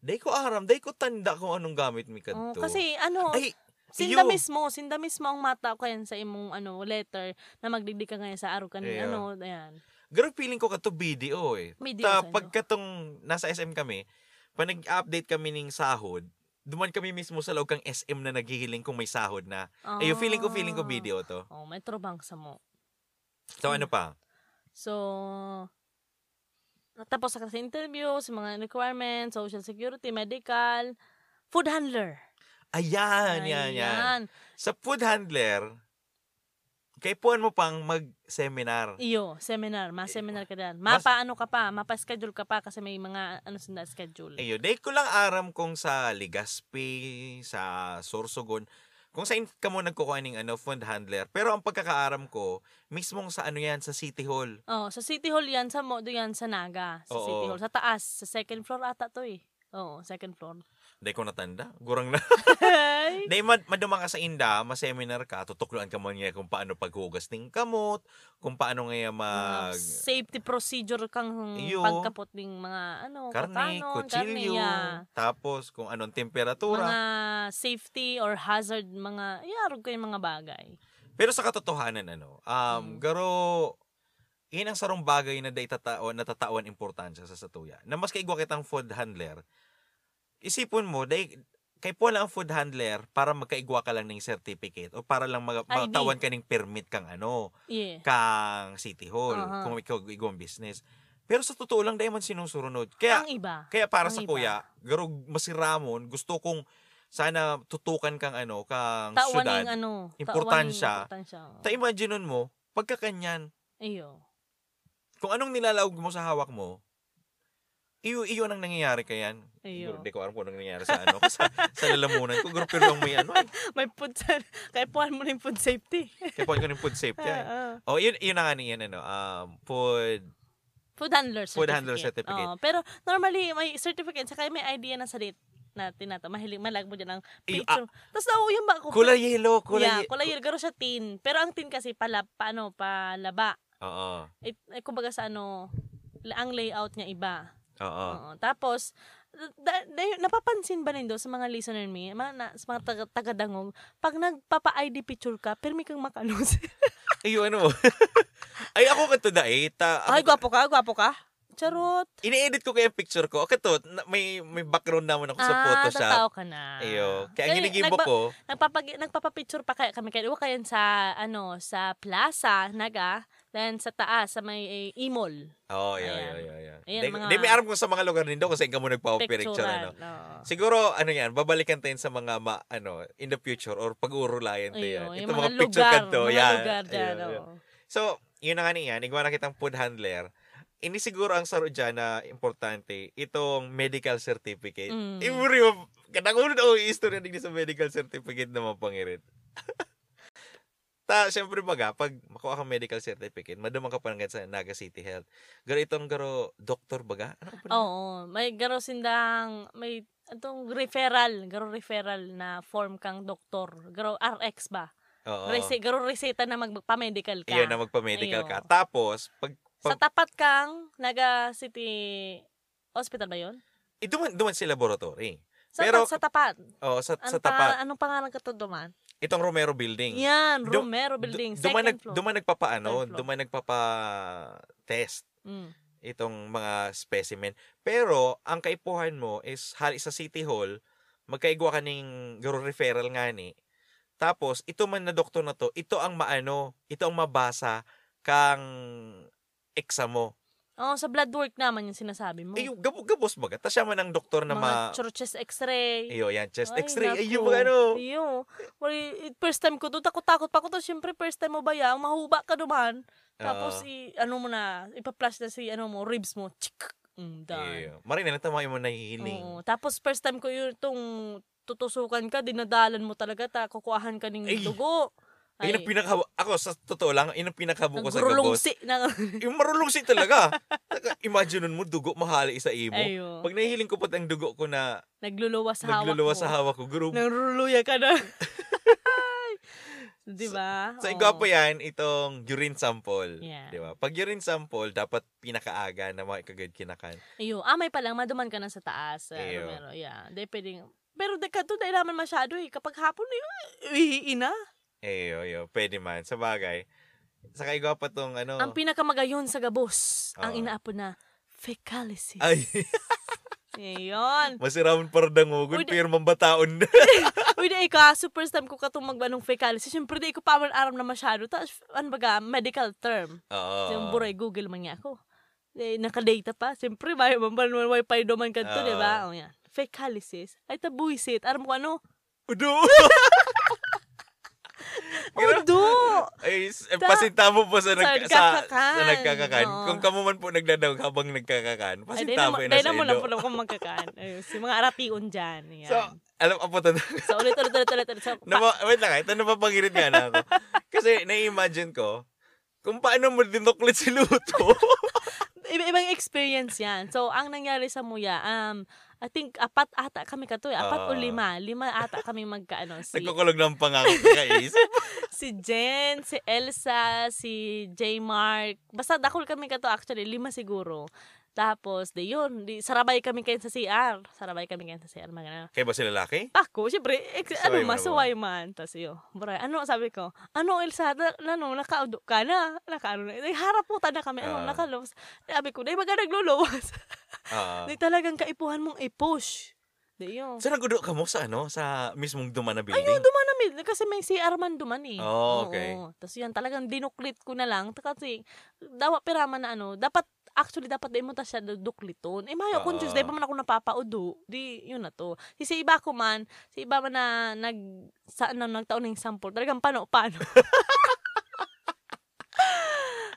Speaker 3: Day ko aram, day ko tanda kung anong gamit mi
Speaker 2: Oo,
Speaker 3: kadto.
Speaker 2: kasi ano,
Speaker 3: ay
Speaker 2: sinda
Speaker 3: iyo.
Speaker 2: mismo, sinda mismo ang mata ko yan sa imong ano, letter na magdigdi ka ngayon sa araw kanin,
Speaker 3: Iyo.
Speaker 2: ano, ayan.
Speaker 3: Girl, feeling ko kato BDO eh.
Speaker 2: May deal sa
Speaker 3: Ta,
Speaker 2: inyo.
Speaker 3: pagka tong nasa SM kami, pag nag-update kami ng sahod, duman kami mismo sa loob kang SM na naghihiling kung may sahod na. Ayun, feeling ko, feeling
Speaker 2: Ah.
Speaker 3: ko BDO to.
Speaker 2: Oh, Metro Bank sa mo.
Speaker 3: So ano pa?
Speaker 2: So, tapos sa kasi interview, sa mga requirements, social security, medical, food handler.
Speaker 3: Ayan, yan, yan. Sa food handler, kay puan mo pang mag-seminar.
Speaker 2: Iyo, seminar. Mas
Speaker 3: Eh,
Speaker 2: seminar ka dyan.
Speaker 3: mas-
Speaker 2: Mapa ano ka pa, mapa-schedule ka pa kasi may mga ano sa schedule.
Speaker 3: Ayun, dahil ko lang aram kung sa Legazpi, sa Sorsogon, kung saan ka mo nagkukuha ng ano, food handler. Pero ang pagkakaaram ko, mismong sa ano yan, sa City Hall.
Speaker 2: Oh, sa City Hall yan, sa Modo yan, sa Naga. Sa
Speaker 3: Oo.
Speaker 2: City Hall. Sa taas, sa second floor ata to eh. Oo, second floor.
Speaker 3: Dahil ko natanda, gurang na.
Speaker 2: Hey!
Speaker 3: Dahil mad- maduma ka sa inda, maseminar ka, tutukluan ka mo niya kung paano paghugas ng kamot, kung paano ngayon
Speaker 2: Mga
Speaker 3: mag...
Speaker 2: safety procedure kang
Speaker 3: Iyo.
Speaker 2: pagkapot ng mga ano,
Speaker 3: Karne,
Speaker 2: kakanon,
Speaker 3: kutsilyo,
Speaker 2: yeah.
Speaker 3: tapos kung anong temperatura.
Speaker 2: mga safety or hazard mga yarog ko yung mga bagay.
Speaker 3: Pero sa katotohanan, ano, um,
Speaker 2: Mm.
Speaker 3: garo, yun ang sarong bagay na day tatao, natatawan importansya sa satuya. Na mas kaigwa kitang food handler, isipon mo, day, kay po lang ang food handler para magkaigwa ka lang ng certificate o para lang mag-
Speaker 2: ID.
Speaker 3: matawan ka ng permit kang ano,
Speaker 2: Yeah.
Speaker 3: kang City Hall,
Speaker 2: Aha.
Speaker 3: kung ikaw ikaw ang business. Pero sa totoo lang, dahil man sinusurunod. Kaya,
Speaker 2: ang iba.
Speaker 3: kaya para
Speaker 2: ang
Speaker 3: sa
Speaker 2: iba.
Speaker 3: kuya, garo masiramon, gusto kong sana tutukan kang ano, kang
Speaker 2: Tawan
Speaker 3: syudad.
Speaker 2: ng ano. tawan ng
Speaker 3: importansya.
Speaker 2: Importansya. oo.
Speaker 3: Ta imagine nun mo, pagkakanyan,
Speaker 2: Iyo.
Speaker 3: kung anong nilalaog mo sa hawak mo, iyo iyo ang nangyayari kayan.
Speaker 2: Iyo.
Speaker 3: Hindi ko alam kung anong nangyayari sa ano, ko, sa, sa lalamunan ko. Group pero lang may ano eh.
Speaker 2: May food sa- Kaya puhan mo na yung food safety.
Speaker 3: Kaya po ko ng food safety. eh.
Speaker 2: Oo.
Speaker 3: Oh, yun, yun na nga niyan, ano, um, food,
Speaker 2: Food handler certificate.
Speaker 3: Food handler certificate.
Speaker 2: Oo, pero normally, may certificate. Saka may idea na salit. na tinata, mahilig, malag mo dyan ang
Speaker 3: Ay,
Speaker 2: picture. Tapos nauuyan ba ako?
Speaker 3: Kulay yellow, kulay
Speaker 2: yeah,
Speaker 3: ye-
Speaker 2: kulay yellow. Pero siya tin. Pero ang tin kasi pala, paano, palaba.
Speaker 3: Oo.
Speaker 2: Eh, eh, kumbaga sa ano, la- ang layout niya iba.
Speaker 3: Oo.
Speaker 2: Oo. Tapos, da, da- napapansin ba nindo sa mga listener me, mga, na, sa mga taga, tagadangog, pag nagpapa-ID picture ka, permi kang makalose.
Speaker 3: Ay, yung ano mo? Ay, ako ka to na eh. Ta-
Speaker 2: Ay, gwapo ka, gwapo ka. Charot.
Speaker 3: Ini-edit ko kaya yung picture ko. Okay to, na- may, may background naman ako sa Photoshop.
Speaker 2: tatao ka na.
Speaker 3: Ayo. Kaya ang
Speaker 2: Kaya
Speaker 3: ginigibo
Speaker 2: Ah, nagba-
Speaker 3: ko,
Speaker 2: Nagpapag, nagpapapicture pa kaya kami. Kaya iwa kayan sa, ano, sa plaza, naga, then sa taas, sa may eh, imol.
Speaker 3: oh, ayo,
Speaker 2: Ayan.
Speaker 3: ayo, ayo, ayo.
Speaker 2: Ayan,
Speaker 3: Di,
Speaker 2: mga-
Speaker 3: di, may aram ko sa mga lugar nindo kasi ikaw mo nagpa-picture,
Speaker 2: Picturean.
Speaker 3: ano. Siguro, ano yan, babalikan tayo sa mga, ma, ano, in the future or pag-uurulayan tayo. yan.
Speaker 2: Ayun,
Speaker 3: Ito
Speaker 2: yung mga,
Speaker 3: picture
Speaker 2: lugar,
Speaker 3: kanto.
Speaker 2: mga
Speaker 3: Yan.
Speaker 2: lugar dyan.
Speaker 3: Ayun, ayun.
Speaker 2: oo.
Speaker 3: So, yun na nga niyan, nagawa na kitang food handler. Ini siguro ang saro dyan na importante, itong medical certificate.
Speaker 2: Mm.
Speaker 3: Every of, katangunan o istorya din sa medical certificate na mapangirit. Ta, syempre baga, pag makuha kang medical certificate, madamang ka pa ng sa Naga City Health. Garo itong garo, doktor baga? Ano ka pa na-
Speaker 2: Oo, may garo sindang may atong referral, garo referral na form kang doktor, garo RX ba?
Speaker 3: Oo.
Speaker 2: Rese, garo reseta na magpamedical ka.
Speaker 3: Iyan na magpa-medical
Speaker 2: Ayo.
Speaker 3: ka. Tapos, pag,
Speaker 2: Sa tapat kang naga City Hospital ba 'yon?
Speaker 3: eh, duman, duman sa laboratory.
Speaker 2: Sa,
Speaker 3: Pero-
Speaker 2: sa tapat.
Speaker 3: Oo, sa,
Speaker 2: Ano
Speaker 3: sa tapat.
Speaker 2: anong pangalan ka to duman?
Speaker 3: Itong Romero Building.
Speaker 2: Yan,
Speaker 3: Du-
Speaker 2: Romero Building,
Speaker 3: Du-
Speaker 2: second
Speaker 3: dumanag,
Speaker 2: floor.
Speaker 3: Dumanag pa paano,
Speaker 2: Third floor.
Speaker 3: dumanag pa pa test
Speaker 2: Mm.
Speaker 3: itong mga specimen. Pero, ang kaipuhan mo is hali sa City Hall, magkaigwa ka ng garo referral nga ni. Tapos, ito man na doktor na to, ito ang maano, ito ang mabasa kang exam mo.
Speaker 2: Oo, Oh, sa blood work naman yung sinasabi mo.
Speaker 3: Ay, Eh, yung gabo, gabos baga. Tapos siya man ang doktor na
Speaker 2: mga
Speaker 3: ma...
Speaker 2: churches x-ray.
Speaker 3: Ayo, yan, chest
Speaker 2: Ay,
Speaker 3: x-ray. Ay,
Speaker 2: naku.
Speaker 3: yung mga ano.
Speaker 2: Ayun. Wali, first time ko to, takot-takot pa ko to. Siyempre, first time mo ba yan? Mahuba ka naman. Tapos,
Speaker 3: Oo.
Speaker 2: i, ano mo na, ipa-flash na si, ano mo, ribs mo. Chik! Mm, done.
Speaker 3: Ayo. Marina, natama yung mga nahihiling.
Speaker 2: Oo. Tapos, first time ko yun, itong tutusukan ka, dinadalan mo talaga, ta, kukuahan ka ng
Speaker 3: Ay.
Speaker 2: dugo.
Speaker 3: Ay, yun ang pinaka... Ako, sa totoo lang, yun ang pinakabo ko sa gabos.
Speaker 2: naggrulungsi na.
Speaker 3: Yung marulong siya talaga. Taka, Imagine nun mo, dugo mahali sa imo.
Speaker 2: Ayun.
Speaker 3: Pag nahihiling ko pati ang dugo ko na
Speaker 2: Nagluluwa sa hawak
Speaker 3: nagluluwa
Speaker 2: mo.
Speaker 3: sa hawak ko, guru.
Speaker 2: Nangruluya ka na. Di ba?
Speaker 3: Sa
Speaker 2: Oo.
Speaker 3: igwa pa yan, itong urine sample.
Speaker 2: Yeah.
Speaker 3: Di ba? Pag urine sample, dapat pinakaaga na makikagad kinakan.
Speaker 2: Ayun, amay pa lang, maduman ka na sa taas. Uh,
Speaker 3: Ayun.
Speaker 2: Romero, yeah. Di pwedeng, pero de, kato dahil naman masyado eh. Kapag hapon, eh, ihiin na.
Speaker 3: Eh, yo, yo, pwede man. Sa bagay. Saka igwa pa tong ano.
Speaker 2: Ang pinakamagayon sa gabos, ang
Speaker 3: Oo.
Speaker 2: inaapon na fecalisis.
Speaker 3: ay,
Speaker 2: Ayun.
Speaker 3: masiraman pardangugon,
Speaker 2: Uy, di-
Speaker 3: pero mambataon na.
Speaker 2: Uy, di ka, so first time ko katong magbanong fecalisis. Siyempre, di ko pa man aram na masyado. Tapos, ano baga, medical term.
Speaker 3: Oo.
Speaker 2: Uh, yung buray, Google man niya ako. Eh, nakadata pa. Siyempre, may mamban mo wifi doman ka to,
Speaker 3: Oo.
Speaker 2: di ba? O yan. Fecalisis. Ay, tabuisit. Aram ko ano?
Speaker 3: Udo! Grabe.
Speaker 2: Udo!
Speaker 3: Ay, s- eh,
Speaker 2: Ta-
Speaker 3: pasinta mo po sa,
Speaker 2: sa
Speaker 3: nagka- sa,
Speaker 2: nagkakakan.
Speaker 3: sa nagkakakan.
Speaker 2: Oo.
Speaker 3: Kung kamo man po nagdadawag habang
Speaker 2: Ay, di
Speaker 3: nagkakakan, pasinta mo yun
Speaker 2: na,
Speaker 3: na
Speaker 2: di na
Speaker 3: sa
Speaker 2: mo lang
Speaker 3: ilo.
Speaker 2: po lang kung magkakaan. Ayun, si mga aratiun dyan. Yan.
Speaker 3: So,
Speaker 2: So,
Speaker 3: alam ako to.
Speaker 2: ulit, ulit, ulit, ulit. ulit. So,
Speaker 3: na,
Speaker 2: pa-
Speaker 3: wait lang, ah, ito napapangirit nga na ako. Kasi nai-imagine ko, kung paano mo dinuklit si Luto.
Speaker 2: iba- ibang experience yan. So, ang nangyari sa Muya, um, I think apat ata kami katoy. Apat o
Speaker 3: Ah.
Speaker 2: lima. Lima ata kami magkaano. Si,
Speaker 3: Nagkukulog ng pangako kakaisip.
Speaker 2: si Jen, si Elsa, si J. Mark. Basta dakol kami kato actually. Lima siguro. Tapos, di yun. Di, sarabay kami kayo sa CR. Sarabay kami kayo sa CR. Mga ganun.
Speaker 3: Kaya ba sila laki?
Speaker 2: Ako, syempre, ex-
Speaker 3: Suway
Speaker 2: ano,
Speaker 3: mo na ba?
Speaker 2: masuway man. Tapos yun, bray, ano, sabi ko, ano, Elsa, na, na- ano, nakaudok ka na, nakaano na, eh, harap po na kami, ano,
Speaker 3: Ah.
Speaker 2: nakaloves. Sabi ko, dahil baga nagluluwas.
Speaker 3: Oo.
Speaker 2: Di talagang kaipuhan mong i-push. Di yun.
Speaker 3: Ah. so, nagudo ka mo sa ano? Sa mismong duma na building?
Speaker 2: Ayun, duman na mid, kasi may CR man duman eh.
Speaker 3: Oh, okay.
Speaker 2: Tapos yun, talagang dinuklit ko na lang, kasi, dawa piraman na ano, dapat, actually, dapat din mo ta siya dukliton. Eh, mayo, kung
Speaker 3: Oo.
Speaker 2: Tuesday pa man ako napapaudo, di, yun na to. Si sa iba ko man, si iba man na nag, sa, ano, nagtaon ng sample, talagang pano, pano.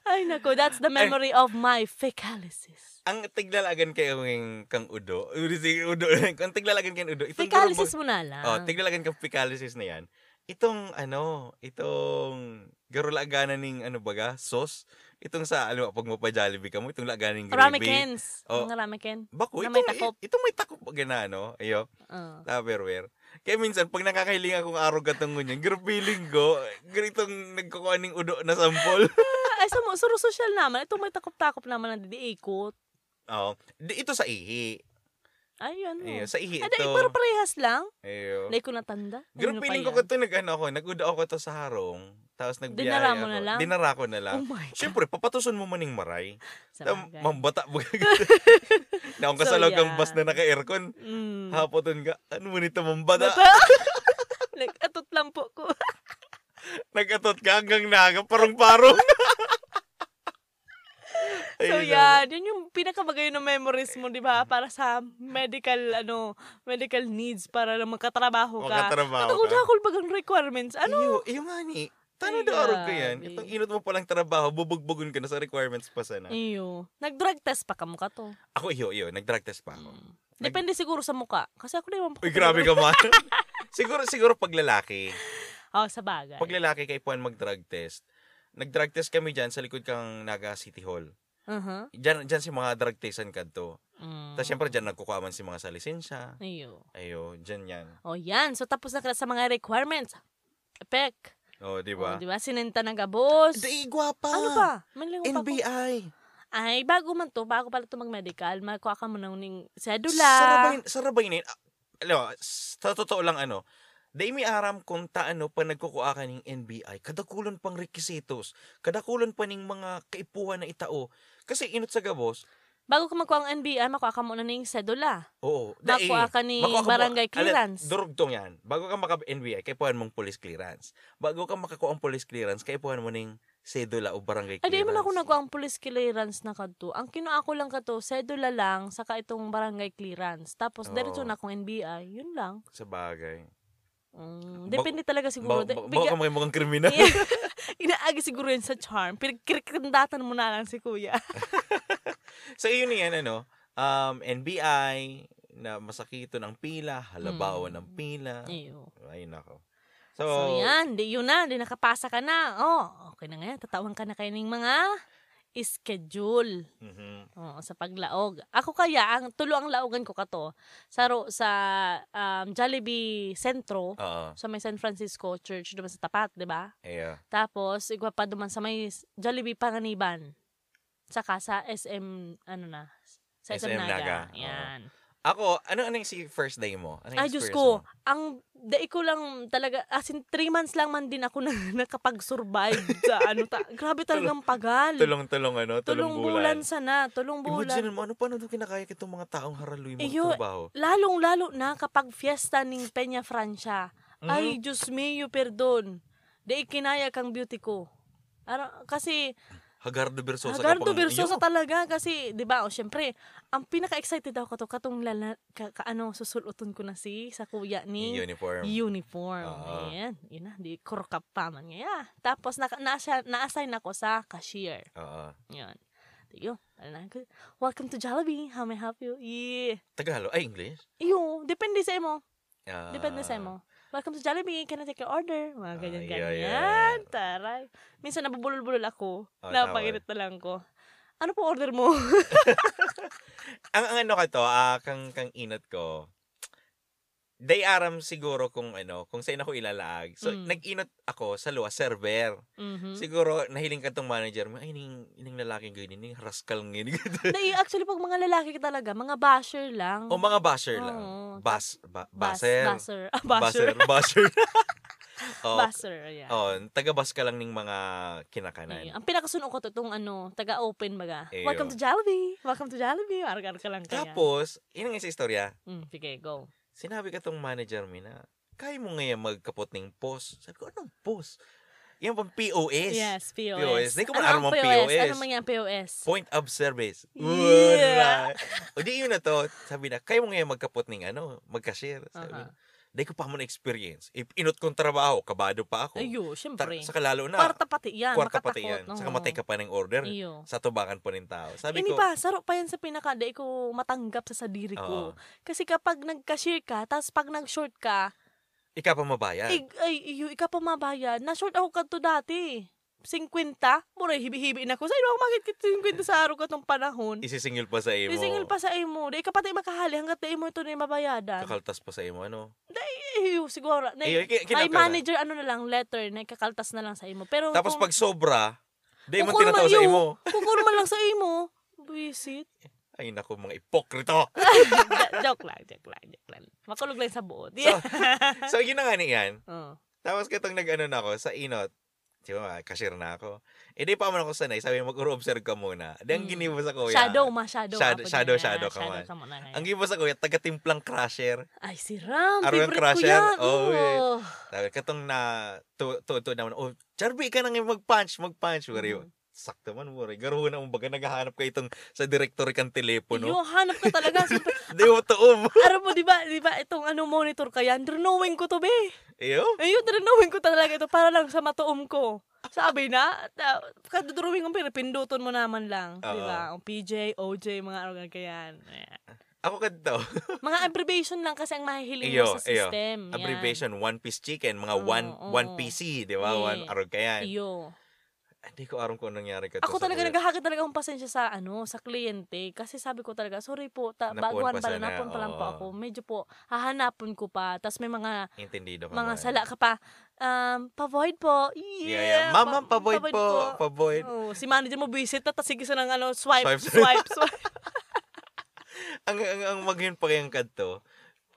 Speaker 2: Ay, nako, that's
Speaker 3: Eh,
Speaker 2: the memory of my fecalisis.
Speaker 3: Ang tiglalagan kayo ng kang udo. Udo si udo. Ang Oh, tiglalagan kayo ng udo. itong
Speaker 2: Fecalisis
Speaker 3: durubog-
Speaker 2: mo na lang.
Speaker 3: Oh, tiglalagan kang fecalisis na yan. itong ano, itong garo laganan ning ano baga, sauce. Itong sa ano, pag mapajalibi ka mo, itong laganan ng gravy.
Speaker 2: Ramekins.
Speaker 3: Oh.
Speaker 2: Mga ramekin.
Speaker 3: Bako,
Speaker 2: na
Speaker 3: itong,
Speaker 2: may takop.
Speaker 3: i- itong may takop baga na ano, ayo,
Speaker 2: Oo.
Speaker 3: tupperware. Kaya minsan, pag nakakahiling akong arogat ng ganyan, garo feeling ko, garo itong nagkukuha ng udo na sampol.
Speaker 2: Ay, sa mo, suro social naman. Itong may takop-takop naman na didiikot.
Speaker 3: Oo. Di- Ito sa ihi.
Speaker 2: Ayun. oh.
Speaker 3: Ayo,
Speaker 2: Ay,
Speaker 3: sa ihi
Speaker 2: Ada,
Speaker 3: ito.
Speaker 2: pero parehas lang.
Speaker 3: Ayo.
Speaker 2: Hindi ko natanda.
Speaker 3: Garo
Speaker 2: Ano pa
Speaker 3: feeling ko
Speaker 2: yan?
Speaker 3: ko ito, nag ano ako, nag-udo ako to sa harong. Tapos
Speaker 2: Dinara
Speaker 3: nagbiyaya
Speaker 2: mo
Speaker 3: ako.
Speaker 2: na lang?
Speaker 3: Dinara ko na lang.
Speaker 2: Oh my God.
Speaker 3: Siyempre, papatuson mo maning maray. Tam,
Speaker 2: Sabagay.
Speaker 3: mambata mo ka. Naong
Speaker 2: So,
Speaker 3: kasalog
Speaker 2: yan.
Speaker 3: ang bus na naka-aircon.
Speaker 2: Mm.
Speaker 3: Hapoton ka. Ano mo nito mambata?
Speaker 2: Bata. Nag-atot lang po ko.
Speaker 3: Nag-atot ka hanggang naga. Parang-parong.
Speaker 2: So yan, yun yung pinakamagayon na memories mo, di
Speaker 3: Mm.
Speaker 2: ba? Para sa medical, ano, medical needs para lang
Speaker 3: oh.
Speaker 2: makatrabaho ka.
Speaker 3: Makatrabaho
Speaker 2: Ano
Speaker 3: ka.
Speaker 2: kung bagang requirements? Ano?
Speaker 3: Iyo, iyo nga ni. Tano
Speaker 2: Ay,
Speaker 3: daw arog ko yan.
Speaker 2: grabe.
Speaker 3: Itong inot mo palang trabaho, bubugbugun ka na sa requirements pa sana.
Speaker 2: Iyo. Nag-drug test pa ka mukha to.
Speaker 3: Ako, iyo, iyo. Nag-drug test pa ako.
Speaker 2: Mm. Depende siguro sa mukha. Kasi ako naman
Speaker 3: Uy, grabe ka man. siguro, siguro pag lalaki.
Speaker 2: Oo, Oh, sa bagay.
Speaker 3: Pag lalaki kay Puan mag-drug test. Nag-drug test kami dyan sa likod kang Naga City Hall.
Speaker 2: Uh-huh.
Speaker 3: Diyan, diyan si mga drug testan kadto.
Speaker 2: Mm.
Speaker 3: Tapos syempre dyan nagkukuhaman si mga sa lisensya.
Speaker 2: Iyo.
Speaker 3: Ayo, dyan yan.
Speaker 2: O Oh, yan, so tapos na ka sa mga requirements. Epek.
Speaker 3: Oh, di
Speaker 2: Diba?
Speaker 3: ba?
Speaker 2: O, diba? Sinenta ng gabos.
Speaker 3: gwapa.
Speaker 2: Ano ba? Manliw pa ako.
Speaker 3: NBI.
Speaker 2: Ay, bago man to, bago pala to mag-medical, magkuha ka muna ng sedula.
Speaker 3: Sarabay, sarabay na ano yun. Ah, Alam, mo, sa totoo lang ano, Dahil may aram kung taano pa nagkukuha ka ng NBI, kadakulon pang rekisitos, kadakulon pa ng mga kaipuhan na itao. Kasi inot sa gabos,
Speaker 2: Bago ka magkuha ng NBI, makuha ka muna ng sedula.
Speaker 3: oo. dai,
Speaker 2: Makuha ka ng
Speaker 3: makuha ka-
Speaker 2: barangay
Speaker 3: alam,
Speaker 2: clearance.
Speaker 3: Durugtong yan. Bago ka maka-NBI, kaipuhan mong police clearance. Bago ka makakuha ang police clearance, kaipuhan mo ng sedula o barangay
Speaker 2: Ay,
Speaker 3: clearance.
Speaker 2: di man ako nagkuha ng police clearance na kadto. Ang kinuha ko lang kadto, sedula lang, saka itong barangay clearance. Tapos,
Speaker 3: Oo.
Speaker 2: diretso na akong NBI. Yun lang.
Speaker 3: Sa bagay.
Speaker 2: Mm,
Speaker 3: Bag-
Speaker 2: depende talaga siguro.
Speaker 3: Ba-
Speaker 2: Ba-
Speaker 3: ba- baka may mukhang kriminal.
Speaker 2: Inaagi siguro yun sa charm. Pinagkirikandatan mo na lang si kuya.
Speaker 3: so, yun na yan, ano? Um, NBI, na masakito ng pila, halabawan ng pila.
Speaker 2: Iyo.
Speaker 3: Ayun ako. So,
Speaker 2: Hmm. So, yan. Di, yun na. Di nakapasa ka na. Oh, okay na nga. yan. Tatawan ka na kayo ng mga schedule.
Speaker 3: mhm.
Speaker 2: Oo, sa paglaog. Ako kaya, ang tulo ang laogan ko kato. Sa, ro- sa um, Jollibee Centro,
Speaker 3: Oo.
Speaker 2: sa may San Francisco Church, duman sa tapat, di ba?
Speaker 3: Ayo.
Speaker 2: Tapos, igwa pa duman sa may s- Jollibee Panganiban. Saka sa SM, ano na, sa SM,
Speaker 3: SM Naga,
Speaker 2: Naga.
Speaker 3: oo.
Speaker 2: Yan.
Speaker 3: Ako, ano ano yung si first day mo? Ano yung
Speaker 2: Ay, Diyos
Speaker 3: first
Speaker 2: ko.
Speaker 3: mo?
Speaker 2: Ang, dai ko lang talaga, as in, three months lang man din ako na, nakapag-survive sa ano. Ta- grabe talagang pagal.
Speaker 3: Tulong-tulong ano? Tulong,
Speaker 2: Tulong bulan sana. Tulong bulan.
Speaker 3: Imagine mo, ano paano doon kinakaya itong mga taong haraluy mo
Speaker 2: Iyo,
Speaker 3: Iyo, trabaho?
Speaker 2: Lalong-lalo na kapag fiesta ng Peña Francia.
Speaker 3: Mhm.
Speaker 2: Ay, Diyos mio, perdon. Di ikinaya kang beauty ko. Ara, kasi,
Speaker 3: Hagardo Versosa ka
Speaker 2: Hagardo
Speaker 3: pang-
Speaker 2: Versosa
Speaker 3: Iyo.
Speaker 2: talaga. Kasi, di ba, o syempre, ang pinaka-excited ako to, katong lala, ka, ka- ano, susulutan ko na si sa kuya ni
Speaker 3: Uniform.
Speaker 2: uniform.
Speaker 3: Oo.
Speaker 2: Ayan, yun na, di kurkap pa man niya. Tapos, na, na-assign, na-assign ako sa cashier.
Speaker 3: Oo.
Speaker 2: Yun. Yun, ano na ako, Welcome to Jollibee. How may I help you? Yeah.
Speaker 3: Tagalog. Ay, English?
Speaker 2: Iyo, depende sa imo.
Speaker 3: Ah.
Speaker 2: Depende sa imo. Welcome to Jollibee. Can I take your order? Mga
Speaker 3: Ah,
Speaker 2: ganyan,
Speaker 3: yeah,
Speaker 2: ganyan.
Speaker 3: yeah.
Speaker 2: Taray. Minsan nabubulol-bulol ako.
Speaker 3: Oh,
Speaker 2: Napaginit na lang ko. Ano po order mo?
Speaker 3: ang, ang ano ka to, ah, kang, kang inat ko, day aram siguro kung ano, kung saan ako ilalaag. So,
Speaker 2: Mm.
Speaker 3: nag-inat ako sa luwa, server. Mm-hmm.
Speaker 2: Mhm.
Speaker 3: Siguro, nahiling ka tong manager mo, ay, ning, ning lalaking ganyan, ning haraskal ngayon.
Speaker 2: Na, eh, actually, pag mga lalaki ka talaga, mga basher lang.
Speaker 3: o mga basher lang.
Speaker 2: Oo.
Speaker 3: Bas, ba,
Speaker 2: Bas-
Speaker 3: baser.
Speaker 2: Basher. Ah, basher.
Speaker 3: Basher. oh,
Speaker 2: Basher, ayan.
Speaker 3: oh, taga-bas ka lang ng mga kinakanan.
Speaker 2: Ayun. Ang pinakasunod ko to, itong ano, taga-open baga.
Speaker 3: Ayun.
Speaker 2: Welcome to Jollibee. Welcome to Jollibee. Argar ka lang kaya.
Speaker 3: Tapos, yun ang isa istorya.
Speaker 2: Mm, sige, go.
Speaker 3: sinabi ka tong manager mo na, kaya mo ngayon magkapot ng POS. Sabi ko, anong POS? Yan pang POS.
Speaker 2: Yes, POS.
Speaker 3: POS. Hindi ko man alam
Speaker 2: ang
Speaker 3: ang POS.
Speaker 2: Ano man yan, POS?
Speaker 3: Point of service.
Speaker 2: Yeah.
Speaker 3: Ura. o di yun na to. Sabi na, kaya mo ngayon magkapot ng ano, magka-share. Sabi
Speaker 2: Aha.
Speaker 3: na, dahil ko pa mo na experience. If inot kong trabaho, kabado pa ako.
Speaker 2: Ayo, syempre.
Speaker 3: sa kalalo na.
Speaker 2: Kwarta pati yan.
Speaker 3: kwarta
Speaker 2: makatakot.
Speaker 3: pati yan.
Speaker 2: Oo.
Speaker 3: Saka matay ka pa ng order.
Speaker 2: Iyo.
Speaker 3: Sa tubangan pa ng tao. Sabi
Speaker 2: Ini
Speaker 3: ko,
Speaker 2: pa, sarap pa yan sa pinaka, di ko matanggap sa sadiri ko.
Speaker 3: Oo.
Speaker 2: Kasi kapag nag-cashier ka, tapos pag nag-short ka,
Speaker 3: Ika pa mabayan.
Speaker 2: Ay, ay, iyo, ikaw pa mabayad. Na-short ako kanto dati. 50? Mura, hibi-hibi na ko. Sa ako makit kit 50 sa araw katong panahon.
Speaker 3: Isisingil pa sa imo.
Speaker 2: Isingil pa sa imo. Di ka patay makahali hanggat di imo ito na yung mabayadan.
Speaker 3: Kakaltas pa sa imo, ano?
Speaker 2: Iyo, siguro. Na,
Speaker 3: Iyo, ki-
Speaker 2: may
Speaker 3: kinapela.
Speaker 2: manager ano na lang, letter, na ikakaltas na lang sa imo. Pero
Speaker 3: Tapos
Speaker 2: kung-
Speaker 3: pag sobra, di mo
Speaker 2: Kukuha
Speaker 3: tinataw sa
Speaker 2: iyo.
Speaker 3: imo.
Speaker 2: Kukuha man lang sa imo. Buisit.
Speaker 3: Ay naku, mga ipokrito.
Speaker 2: joke lang, joke lang, joke lang. Makulog lang sa Oh. buod.
Speaker 3: so oh, yun na nga niyan.
Speaker 2: Oo.
Speaker 3: Tapos kitang nag-ano na ako sa inot. Di ba, cashier na ako. Eh di pa man ako sanay. Sabi, mag-observe ka muna. Di ang
Speaker 2: Mm.
Speaker 3: ginibo sa kuya.
Speaker 2: Shadow, ma shadow.
Speaker 3: Shadow-
Speaker 2: ka po
Speaker 3: shadow,
Speaker 2: dyan, ah.
Speaker 3: shadow ka
Speaker 2: shadow
Speaker 3: man.
Speaker 2: ka muna ngayon.
Speaker 3: Ang gibo sa kuya, taga-timplang crusher.
Speaker 2: Ay, si Ram.
Speaker 3: Araw yung
Speaker 2: favorite ko
Speaker 3: crusher?
Speaker 2: yan. Oh.
Speaker 3: Oo, eh.
Speaker 2: Oo.
Speaker 3: Sabi, katong na, to, to, to naman, oh, Charby, ka na ngayon mag-punch, mag-punch. Wari,
Speaker 2: Mhm.
Speaker 3: sakto man, wari. Garo na, umbaga, naghahanap ka itong sa directory kang telepono.
Speaker 2: Yung hanap ko talaga. Siyempre,
Speaker 3: Di mo tuob.
Speaker 2: aram mo, di ba, di ba, itong ano, monitor ka yan, drenowing ko to, be.
Speaker 3: Iyo?
Speaker 2: Ayun, drenowing ko talaga ito para lang sa matuom ko. Sabi na, uh, kadudrawing ko, pero pinduton mo naman lang. Di
Speaker 3: Oo.
Speaker 2: ba? Ang PJ, OJ, mga ano ka yan. Ayan.
Speaker 3: Ako kadto.
Speaker 2: Mga abbreviation lang kasi ang mahihiling
Speaker 3: Iyo,
Speaker 2: mo sa
Speaker 3: iyo.
Speaker 2: system. Yan.
Speaker 3: Abbreviation, one piece chicken, mga
Speaker 2: Oo,
Speaker 3: one,
Speaker 2: oo.
Speaker 3: one PC, di ba?
Speaker 2: Eh,
Speaker 3: One arog ka yan.
Speaker 2: Iyo.
Speaker 3: Hindi ko aram kung anong nangyari ka
Speaker 2: Ako talaga naghahagad talaga akong pasensya sa ano, sa kliyente kasi sabi ko talaga, sorry po, ta,
Speaker 3: Napuan
Speaker 2: baguhan
Speaker 3: pa
Speaker 2: pala,
Speaker 3: sana,
Speaker 2: napon pa lang po
Speaker 3: oo.
Speaker 2: ako. Medyo po, hahanapin ko pa. Tapos may mga
Speaker 3: Intindido ka
Speaker 2: mga
Speaker 3: man.
Speaker 2: sala ka pa. Um, pavoid po. Yeah.
Speaker 3: Yeah, yeah. Mama, pavoid po.
Speaker 2: po.
Speaker 3: Pavoid.
Speaker 2: Oo, si manager mo visit na tapos sige sa ng ano, swipe,
Speaker 3: Swipe,
Speaker 2: swipe,
Speaker 3: swipe.
Speaker 2: swipe.
Speaker 3: Ang, ang, ang magyon pa kayang kadto,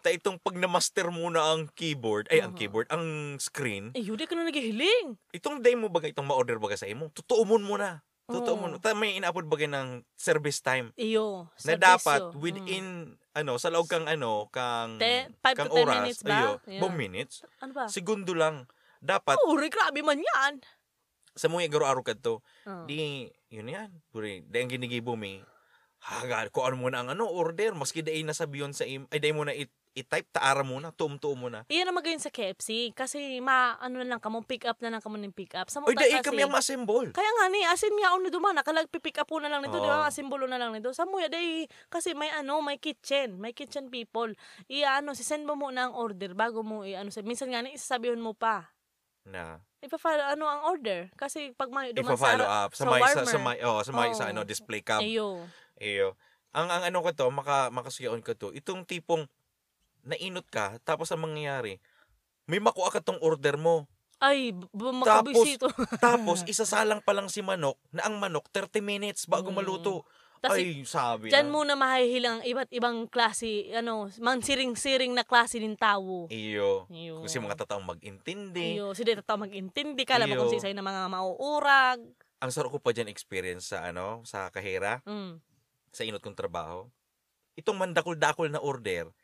Speaker 3: ta itong pag na-master mo na ang keyboard, ay, ang
Speaker 2: Oo.
Speaker 3: keyboard, ang screen,
Speaker 2: Eh, yun, di ka na naghihiling.
Speaker 3: itong day mo bagay, itong ma-order bagay sa imo, tutuumon mo na. Tutuumon mo.
Speaker 2: Oo.
Speaker 3: Ta, may ina-upload bagay ng service time
Speaker 2: Iyo.
Speaker 3: na
Speaker 2: serbisyo.
Speaker 3: dapat
Speaker 2: Mm.
Speaker 3: within, ano, sa loob kang, ano, kang,
Speaker 2: Te- five
Speaker 3: kang
Speaker 2: to ten
Speaker 3: oras.
Speaker 2: minutes ba?
Speaker 3: Ayo,
Speaker 2: Yeah. Oh.
Speaker 3: bong minutes.
Speaker 2: Ano ba?
Speaker 3: Segundo lang. Dapat,
Speaker 2: Uri, grabe man yan.
Speaker 3: sa mga igaro-aro ka to,
Speaker 2: Oo.
Speaker 3: di, yun yan. Puri, di ang ginigibo mi, hagal, kuan mo na ang ano, order, maski day na sabiyon sa im, ay day mo na it, i-type, taara mo na, tuum-tuum mo na.
Speaker 2: Oh. Iyan ang magayon sa KFC kasi ma ano na lang kamo pick up na lang kamo ng pick up. Sa
Speaker 3: Oy,
Speaker 2: mga
Speaker 3: day
Speaker 2: kasi-
Speaker 3: kami ang ma-assemble.
Speaker 2: Kaya nga ni, asin niya ako na duman, nakalagpipick up po na lang nito,
Speaker 3: Oo.
Speaker 2: di ba? Simbolo na lang nito. Sa muya, day, kasi may ano, may kitchen, may kitchen people. Iano, sisend mo muna ang order bago mo, iano, sa- minsan nga ni, isasabihin mo pa.
Speaker 3: Na,
Speaker 2: Ipa-follow ano ang order. Kasi pag may duman sa
Speaker 3: ipa-follow
Speaker 2: araw,
Speaker 3: up
Speaker 2: sa
Speaker 3: sa, may, sa,
Speaker 2: warmer.
Speaker 3: sa may, oh, sa may, sa
Speaker 2: Oo.
Speaker 3: ano, display cam.
Speaker 2: ayo.
Speaker 3: Iyo. Ang ang ano ko to, maka makasuyaon ko to. Itong tipong nainot ka tapos ang mangyayari, may makuha ka tong order mo.
Speaker 2: Ay, bu- bu-
Speaker 3: Tapos,
Speaker 2: makabisito.
Speaker 3: Tapos isasalang pa lang si manok na ang manok 30 minutes bago
Speaker 2: Mm.
Speaker 3: maluto.
Speaker 2: Tapos,
Speaker 3: Ay, sabi
Speaker 2: dyan
Speaker 3: na.
Speaker 2: muna mahihilang ang iba't ibang klase, ano, mang siring-siring na klase ng tao.
Speaker 3: Iyo.
Speaker 2: Iyo.
Speaker 3: Kasi mga tataong mag-intindi.
Speaker 2: Iyo, si Deta tao mag-intindi ka, alam mo
Speaker 3: Iyo.
Speaker 2: kung si na mga mauurag.
Speaker 3: Ang sarap ko pa dyan experience sa ano, sa kahera,
Speaker 2: Mm.
Speaker 3: sa inot kong trabaho. Itong mandakol-dakol na order,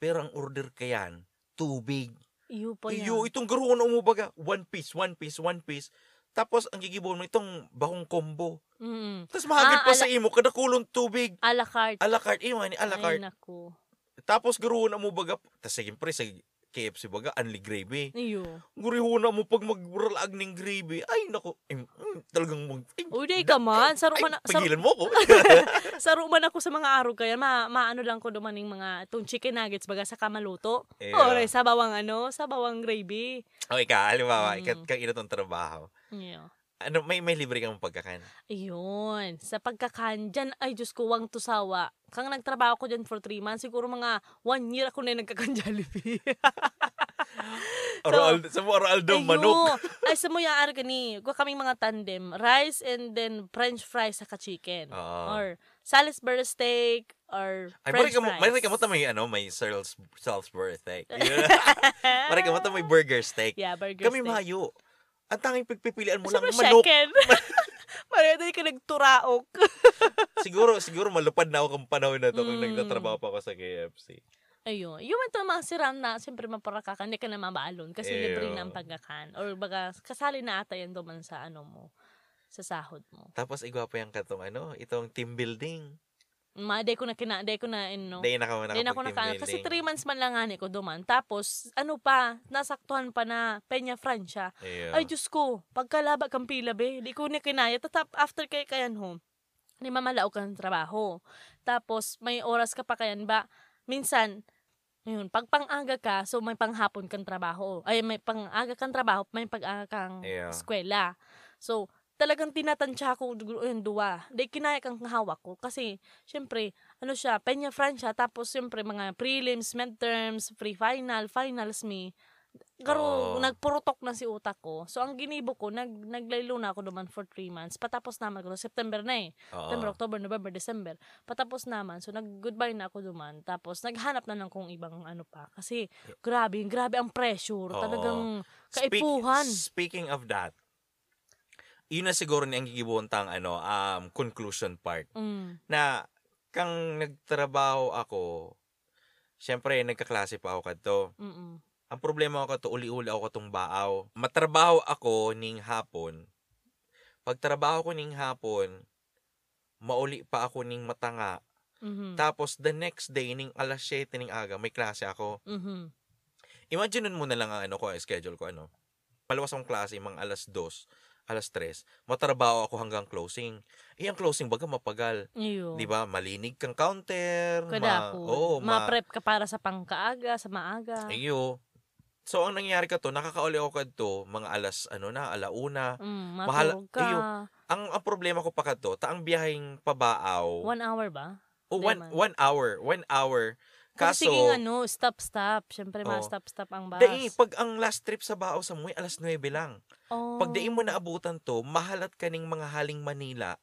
Speaker 3: pero ang order kayan, tubig.
Speaker 2: Iyo po Ano yan.
Speaker 3: Iyo, itong garo na umubaga. One piece, one piece, one piece. Tapos, ang gigibon mo, itong bakong combo.
Speaker 2: Mm.
Speaker 3: Tapos,
Speaker 2: Ah,
Speaker 3: mahagit pa
Speaker 2: ala-
Speaker 3: sa imo, kada kulong tubig.
Speaker 2: A la carte.
Speaker 3: A la carte, iyo ni a la
Speaker 2: Ay,
Speaker 3: carte.
Speaker 2: naku.
Speaker 3: Tapos, garo na umubaga. Tapos, siyempre, sa KFC baga, only gravy.
Speaker 2: Iyo.
Speaker 3: Guriho na mo pag magralaag ng gravy. Ay, nako. Ay, mm, talagang mag... Ay,
Speaker 2: Uy, di ka man. Saro
Speaker 3: ay,
Speaker 2: man, saro,
Speaker 3: pigilan mo ko.
Speaker 2: saro man ako sa mga araw kaya. Ma, maano lang ko dumaning mga itong chicken nuggets baga sa kamaluto.
Speaker 3: Eh,
Speaker 2: Yeah. Ore, sa bawang ano, sa bawang gravy.
Speaker 3: okay ka, halimbawa,
Speaker 2: Mm.
Speaker 3: ikat kang ina tong trabaho.
Speaker 2: Iyo.
Speaker 3: Ano, may, may libre kang pagkakan.
Speaker 2: Ayun. Sa pagkakan, dyan, ay Diyos ko, wang tusawa. Kang nagtrabaho ko dyan for three months, siguro mga one year ako na yung nagkakan Jollibee.
Speaker 3: Aral, sa mo, aral daw,
Speaker 2: Ayo.
Speaker 3: manok.
Speaker 2: Ay, sa mo yaar gani. Kuha kaming mga tandem. Rice and then french fries sa chicken.
Speaker 3: Oo.
Speaker 2: Or Salisbury steak or
Speaker 3: Ah. Ay,
Speaker 2: french
Speaker 3: maray ka mo,
Speaker 2: fries.
Speaker 3: maray ka mo ta may, ano, may Charles, Charles birthday. maray ka mo ta may burger steak.
Speaker 2: Yeah, burger
Speaker 3: Kami
Speaker 2: steak.
Speaker 3: mayo. Ang tanging pagpipilian mo lang,
Speaker 2: Siyempre,
Speaker 3: manok.
Speaker 2: chicken. Maria, dali ka nagturaok.
Speaker 3: siguro, siguro malupad na ako kung panahon na to kung
Speaker 2: Mm.
Speaker 3: nagtatrabaho pa ako sa KFC.
Speaker 2: Ayun. Yung ito mga siram na, siyempre maparakakan, hindi ka na mabaalon kasi
Speaker 3: Eyo.
Speaker 2: libre na ang pagkakan. Or baga, kasali na ata yan duman sa ano mo, sa sahod mo.
Speaker 3: Tapos, igwapo yung katong, ano, itong team building.
Speaker 2: Ma, day ko na kina, day ko na, ano,
Speaker 3: Day na kami
Speaker 2: Then ako
Speaker 3: nakapag-team
Speaker 2: naka,
Speaker 3: building.
Speaker 2: kasi three months man lang ani ko duman. Tapos, ano pa, nasaktuhan pa na Peña Francia.
Speaker 3: Yeah.
Speaker 2: Ay, Diyos ko, pagkalaba kang pila be, di ko na kinaya. Tatap, after kay kayan ho, ni mamalao kang trabaho. Tapos, may oras ka pa kayan ba, ano minsan, Ayun, pag pang-aga ka, so may panghapon kang trabaho. Ay, may pang-aga kang trabaho, may pag-aga kang
Speaker 3: Yeah.
Speaker 2: eskwela. So, talagang tinatansya ko du- yung duwa. Di, kinaya kang hawak ko. Kasi, syempre, ano siya, Peña Fran siya. Tapos, syempre, mga prelims, midterms, pre-final, finals me. Garo,
Speaker 3: Oo.
Speaker 2: nagpurutok na si utak ko. So, ang ginibo ko, nag, naglaylo na ako naman for three months. Patapos naman ko, September na eh.
Speaker 3: Oo.
Speaker 2: September, October, November, December. Patapos naman. So, nag-goodbye na ako duman. Tapos, naghanap na lang kung ibang ano pa. Kasi, grabe, grabe ang pressure.
Speaker 3: Oo.
Speaker 2: Talagang
Speaker 3: Speak-
Speaker 2: kaipuhan.
Speaker 3: speaking of that, yun na siguro ni ang gigibuntang ano, um, conclusion part.
Speaker 2: Mm.
Speaker 3: Na, kang nagtrabaho ako, syempre, nagkaklase pa ako kadto.
Speaker 2: Mm-mm.
Speaker 3: Ang problema ako to, uli-uli ako tong baaw. Matrabaho ako ning hapon. Pagtrabaho ko ning hapon, mauli pa ako ning matanga.
Speaker 2: Mhm.
Speaker 3: Tapos the next day, ning alas 7 ning aga, may klase ako.
Speaker 2: Mhm.
Speaker 3: Imagine mo na lang ang ano ko, ang schedule ko, ano. Malawas akong klase, mga alas 2, alas 3. Matrabaho ako hanggang closing. Eh, ang closing baga mapagal.
Speaker 2: Iyo.
Speaker 3: Di ba? Malinig kang counter.
Speaker 2: Kada po. ah.
Speaker 3: oo, ma-
Speaker 2: Ma-prep ka para sa pangkaaga, sa maaga.
Speaker 3: Ayo. So, ang nangyari ka to, nakakauli ako kadto, mga alas, ano na, alauna.
Speaker 2: Mm,
Speaker 3: Bahala-
Speaker 2: matulog ka.
Speaker 3: iyo. Ang, ang problema ko pa kadto, taang biyaheng pabaaw.
Speaker 2: One hour ba?
Speaker 3: Oh, one,
Speaker 2: naman.
Speaker 3: one hour. One hour.
Speaker 2: Kasi
Speaker 3: Kaso,
Speaker 2: sige ano, stop-stop. Siyempre,
Speaker 3: Oo.
Speaker 2: ma-stop-stop ang bus.
Speaker 3: dai, pag ang last trip sa Baaw sa Muy, alas 9 lang.
Speaker 2: oh,
Speaker 3: Pag di mo naabutan to, mahalat ka ning mga haling Manila.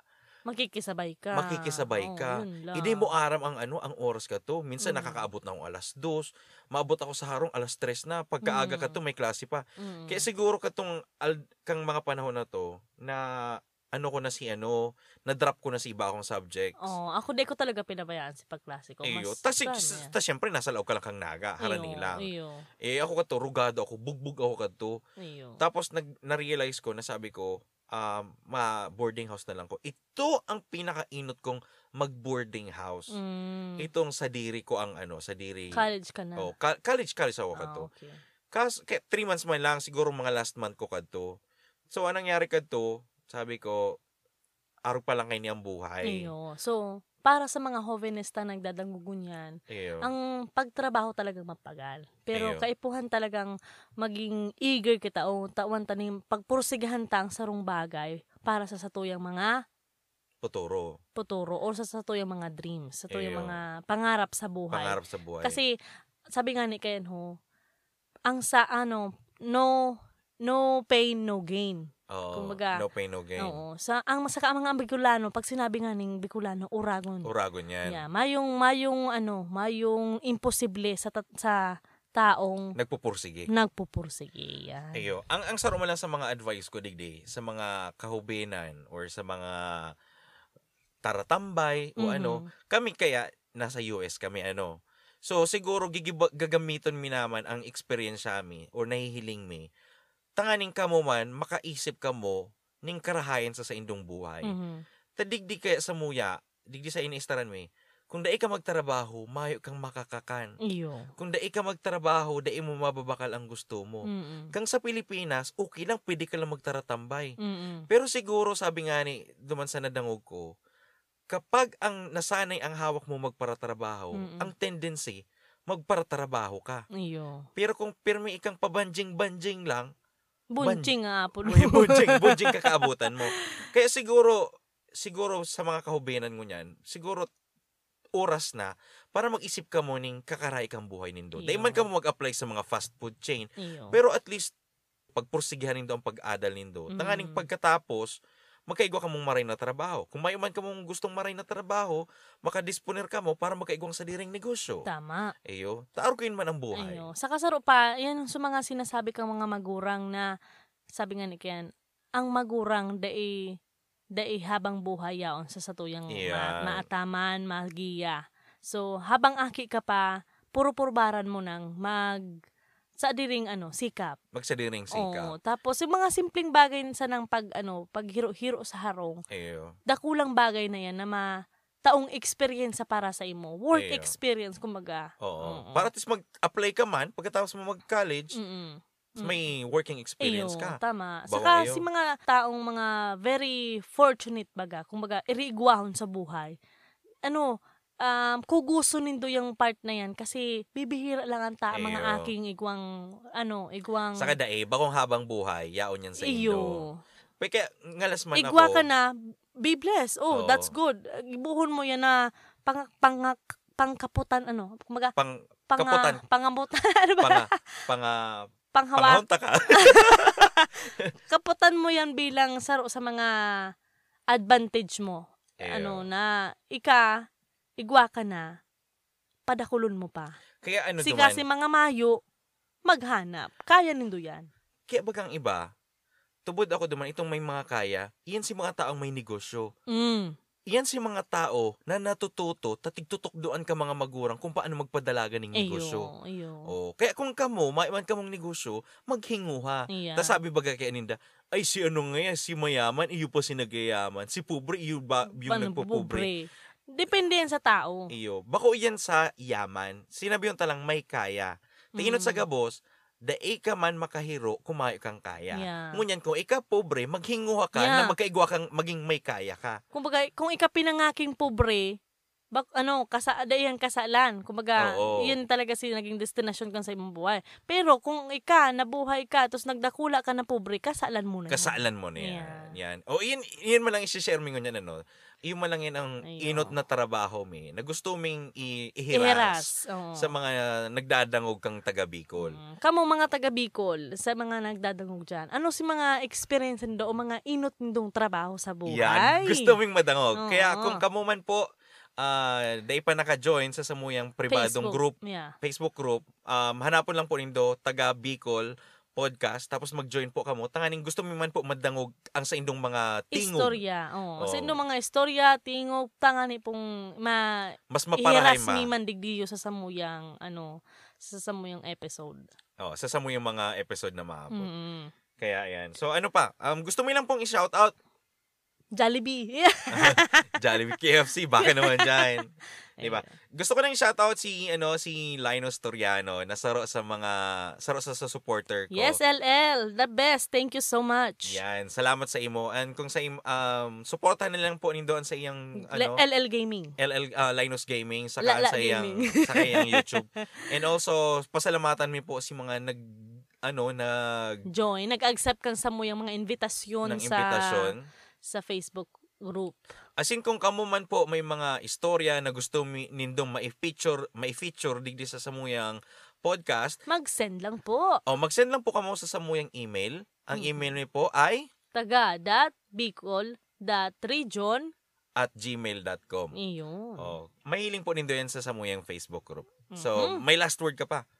Speaker 2: makikisabay ka.
Speaker 3: Makikisabay
Speaker 2: Oo,
Speaker 3: ka.
Speaker 2: yun lang.
Speaker 3: Hindi mo aram ang ano, ang oras ka to. Minsan
Speaker 2: Mm.
Speaker 3: nakakaabot na akong alas 2. Maabot ako sa harong alas 3 na. Pagkaaga ka
Speaker 2: Mm.
Speaker 3: to, may klase pa.
Speaker 2: Mm.
Speaker 3: Kaya siguro katong al- kang mga panahon na to na ano ko na si ano, na-drop ko na si iba akong subjects.
Speaker 2: Oo, ako di ko talaga pinabayaan si pagklase ko. Oh,
Speaker 3: Iyo.
Speaker 2: Mas,
Speaker 3: Tas, si-
Speaker 2: ano
Speaker 3: s-
Speaker 2: yan.
Speaker 3: tas syempre, nasa loob ka lang kang naga,
Speaker 2: Iyo,
Speaker 3: harani lang.
Speaker 2: Iyo,
Speaker 3: Eh, ako kato, rugado ako, bugbog ako kato.
Speaker 2: iyo.
Speaker 3: Tapos, nag, na-realize ko, nasabi ko, um, ma-boarding house na lang ko. Ito ang pinakainot kong mag-boarding house.
Speaker 2: Mm,
Speaker 3: Itong sadiri ko ang ano, sadiri.
Speaker 2: college ka na.
Speaker 3: Oh, ka- college, college ako
Speaker 2: Ah,
Speaker 3: kato.
Speaker 2: okay.
Speaker 3: Kas, kaya three months man lang, siguro mga last month ko kadto. So, anong nangyari kadto, sabi ko, araw pa lang kayo niyang buhay.
Speaker 2: Iyo. So, para sa mga hovenesta na nagdadanggugunyan,
Speaker 3: Iyo.
Speaker 2: ang pagtrabaho talagang mapagal. Pero
Speaker 3: Iyo.
Speaker 2: kaipuhan talagang maging eager kita o tawan tanim pagpursigahan ta ang sarong bagay para sa satuyang mga
Speaker 3: Tuturo.
Speaker 2: puturo o sa satuyang mga dreams, sa
Speaker 3: Iyo.
Speaker 2: tuyang mga pangarap sa buhay.
Speaker 3: Pangarap sa buhay.
Speaker 2: Kasi sabi nga ni Ken ho, ang sa ano, no no pain no gain.
Speaker 3: Oo,
Speaker 2: kumbaga,
Speaker 3: no pain, no gain.
Speaker 2: Oo. Sa ang masaka mga Bicolano, pag sinabi nga ning Bicolano, uragon.
Speaker 3: Uragon yan.
Speaker 2: Yeah, mayong mayong ano, mayong imposible sa ta- sa taong
Speaker 3: Nagpupursige.
Speaker 2: nagpupursige. Yan.
Speaker 3: Iyo. Ang, ang saro man lang sa mga advice ko, Digdi, sa mga kahubenan or sa mga taratambay o
Speaker 2: Mhm.
Speaker 3: ano, kami kaya nasa US kami ano. So siguro gigiba- gagamiton mi naman ang experience mi or nahihiling mi. Tanganing ka mo man makaisip ka mo ning karahayan sa sa indong buhay.
Speaker 2: Mhm.
Speaker 3: Tadigdi kaya sa muya, digdi sa iniistaran mi. Kung dai ka magtrabaho, mayo kang makakakan.
Speaker 2: Iyo.
Speaker 3: Kung dai ka magtrabaho, dai mo mababakal ang gusto mo.
Speaker 2: Mm-mm.
Speaker 3: Kang sa Pilipinas, okay lang pwede ka lang magtaratambay.
Speaker 2: Mm-mm.
Speaker 3: Pero siguro sabi nga ni duman sa nadangog ko, kapag ang nasanay ang hawak mo magparatrabaho,
Speaker 2: Mm-mm.
Speaker 3: ang tendency magparatrabaho ka.
Speaker 2: Iyo.
Speaker 3: Pero kung pirmi ikang pabanjing-banjing lang,
Speaker 2: Bunching nga po.
Speaker 3: may bunjing, bunjing kakaabutan mo. Kaya siguro, siguro sa mga kahubenan mo niyan, siguro oras na para mag-isip ka mo ning kakaray kang buhay nindo. Dahil man ka mo mag-apply sa mga fast food chain,
Speaker 2: Iyo.
Speaker 3: pero at least, pagpursigihan nindo ang pag-adal nindo.
Speaker 2: Mm.
Speaker 3: Tanganing pagkatapos, magkaigwa ka mong maray na trabaho. Kung may man ka mong gustong maray na trabaho, makadisponer ka mo para magkaigwang sa diring negosyo.
Speaker 2: Tama.
Speaker 3: Eyo, taarkuin man ang buhay.
Speaker 2: Ayo. Sa kasaro pa, yan ang sa mga sinasabi kang mga magurang na, sabi nga ni Ken, ang magurang dae, dae habang buhay yaon sa satuyang
Speaker 3: Yan.
Speaker 2: ma- maataman, magiya. So, habang aki ka pa, puro-purbaran mo nang mag sa diring ano, sikap.
Speaker 3: Magsadiring
Speaker 2: Oo.
Speaker 3: sika.
Speaker 2: Tapos yung mga simpleng bagay sa nang pag ano, paghiro-hiro sa harong,
Speaker 3: Eyo.
Speaker 2: dakulang bagay na yan na ma taong experience para sa imo. Work
Speaker 3: Iyo.
Speaker 2: experience kumbaga.
Speaker 3: Oo.
Speaker 2: Oo.
Speaker 3: Para at least mag-apply ka man, pagkatapos mo mag-college,
Speaker 2: Mm-mm. Mm.
Speaker 3: may working
Speaker 2: Iyo,
Speaker 3: experience ka.
Speaker 2: tama.
Speaker 3: Bawang
Speaker 2: Saka
Speaker 3: iyo.
Speaker 2: si mga taong mga very fortunate baga, kumbaga, iriigwahon sa buhay. Ano, um, kuguso nindo yung part na yan kasi bibihira lang ang ta- mga
Speaker 3: Ayo.
Speaker 2: aking igwang, ano, igwang...
Speaker 3: Sa kadae, bagong habang buhay, yaon yan sa inyo.
Speaker 2: iyo.
Speaker 3: Pero kaya, ngalas man
Speaker 2: Igwa
Speaker 3: ako.
Speaker 2: ka na, be blessed. Oh,
Speaker 3: Oo.
Speaker 2: that's good. Ibuhon mo yan na pang, pang, pangkaputan, ano, kumaga,
Speaker 3: Pang,
Speaker 2: pang,
Speaker 3: Kaputan.
Speaker 2: pangamutan, ano ba?
Speaker 3: panga, panga,
Speaker 2: Panghawa,
Speaker 3: pangahonta ka.
Speaker 2: kaputan mo yan bilang saro sa mga advantage mo.
Speaker 3: Eyo.
Speaker 2: Ano na, ika, igwa ka na, padakulon mo pa.
Speaker 3: Kaya ano
Speaker 2: si
Speaker 3: duman,
Speaker 2: kasi mga mayo, maghanap. Kaya nindo yan.
Speaker 3: kaya bagang iba, tubod ako duman, itong may mga kaya, iyan si mga taong may negosyo.
Speaker 2: Mm.
Speaker 3: Iyan si mga tao na natututo, tatigtutok doon ka mga magurang kung paano magpadalaga ng negosyo.
Speaker 2: Ayo, ayo.
Speaker 3: Oh, kaya kung kamo, maiwan ka mong negosyo, maghinguha.
Speaker 2: Yeah.
Speaker 3: Tapos sabi baga kay Aninda, ay si ano nga yan, si mayaman, iyo pa si nagyayaman. Si pobre, iyo ba yung
Speaker 2: Paano pobre?
Speaker 3: nagpupobre?
Speaker 2: Depende yan sa tao.
Speaker 3: Iyo. Bako yan sa yaman. Sinabi yung talang may kaya. Tinginot sa
Speaker 2: Mm.
Speaker 3: gabos, dae ka man makahiro, kumayo kang kaya.
Speaker 2: Yeah.
Speaker 3: Ngunyan kung ika pobre, maghinguha ka
Speaker 2: Yeah.
Speaker 3: na magkaigwa kang maging may kaya ka.
Speaker 2: Kumbaga, kung ikapinangaking pobre, bak ano, kasa yan kasalan. Kumbaga,
Speaker 3: Oo.
Speaker 2: yun talaga si naging destination kan sa imong buhay. Pero kung ika nabuhay ka tapos nagdakula ka na pobre, kasalan mo na. yan.
Speaker 3: Kasalan mo na yan. Yan. O yan, yan malang isi-share mo yan ano. Iyon malang yan ang
Speaker 2: Ayo.
Speaker 3: inot na trabaho mi na gusto ming i- ihiras.
Speaker 2: Iheras. Oo.
Speaker 3: sa mga nagdadangog kang taga Bicol.
Speaker 2: Mm. Kamo mga taga Bicol, sa mga nagdadangog dyan, ano si mga experience nindo o mga inot nindong trabaho sa buhay?
Speaker 3: Yan, gusto mong madangog.
Speaker 2: Oo.
Speaker 3: Kaya kung kamo man po, ah, dahil pa naka-join sa samuyang
Speaker 2: Facebook.
Speaker 3: pribadong group,
Speaker 2: Yeah.
Speaker 3: Facebook group, um, hanapon lang po nindo, taga Bicol podcast, tapos mag-join po kamo. Tanganing gusto mo man po madangog ang sa indong mga tingog.
Speaker 2: Istorya. Oh. Sa
Speaker 3: Oo.
Speaker 2: inyong mga istorya, tingog, tangani pong ma
Speaker 3: Mas
Speaker 2: ihiras
Speaker 3: maparahay
Speaker 2: ni
Speaker 3: ma.
Speaker 2: mandigdiyo sa samuyang, ano, sa samuyang episode.
Speaker 3: Oh, sa samuyang mga episode na maabot.
Speaker 2: Mm.
Speaker 3: Kaya yan. So ano pa, um, gusto mo lang pong i-shout out
Speaker 2: Jollibee.
Speaker 3: Jollibee KFC, baka naman dyan. Di ba? Gusto ko lang shoutout si ano si Lino Storiano na saro sa mga saro sa, sa supporter ko.
Speaker 2: Yes, LL. The best. Thank you so much.
Speaker 3: Yan, salamat sa imo. And kung sa im- um suportahan na lang po nindoon sa iyang
Speaker 2: Le-
Speaker 3: ano
Speaker 2: LL Gaming.
Speaker 3: LL uh, Linus Gaming sa
Speaker 2: Lala
Speaker 3: sa iyang
Speaker 2: Gaming.
Speaker 3: sa iyang YouTube. And also pasalamatan mi po si mga nag ano nag
Speaker 2: Joy. Nag-accept kang samuyang mga invitasyon
Speaker 3: ng
Speaker 2: sa
Speaker 3: imbitasyon.
Speaker 2: sa Facebook group.
Speaker 3: As in, kung kamo man po may mga istorya na gusto mi- nindong ma-feature, ma-feature digdi sa samuyang podcast,
Speaker 2: Mag-send lang po.
Speaker 3: O, mag-send lang po kamo sa samuyang email.
Speaker 2: Mm.
Speaker 3: Ang email niyo po ay
Speaker 2: taga.bicol.region.
Speaker 3: at
Speaker 2: Mm.
Speaker 3: gmail.com.
Speaker 2: Iyon.
Speaker 3: O, mahiling po nindo yan sa samuyang Facebook group.
Speaker 2: Mhm.
Speaker 3: So, may last word ka pa.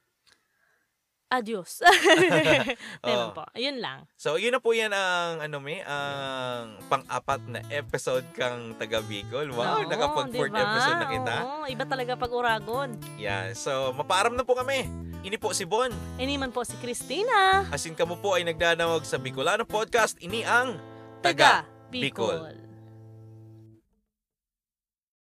Speaker 2: Adios.
Speaker 3: Oh.
Speaker 2: Meron po. Ayun lang.
Speaker 3: So, yun na po yan ang, ano may, ang
Speaker 2: Mm.
Speaker 3: pang-apat na episode kang taga Bicol. Wow,
Speaker 2: Oo,
Speaker 3: nakapag-fourth
Speaker 2: diba?
Speaker 3: episode na kita.
Speaker 2: Oo, iba talaga pag Uragon.
Speaker 3: Yan. So, mapaaram na po kami. Ini po si Bon.
Speaker 2: Iniman po si Christina.
Speaker 3: As in, kamo po ay nagdadawag sa Bicolano Podcast. Ini ang
Speaker 2: Taga
Speaker 3: Bicol.
Speaker 2: Bicol.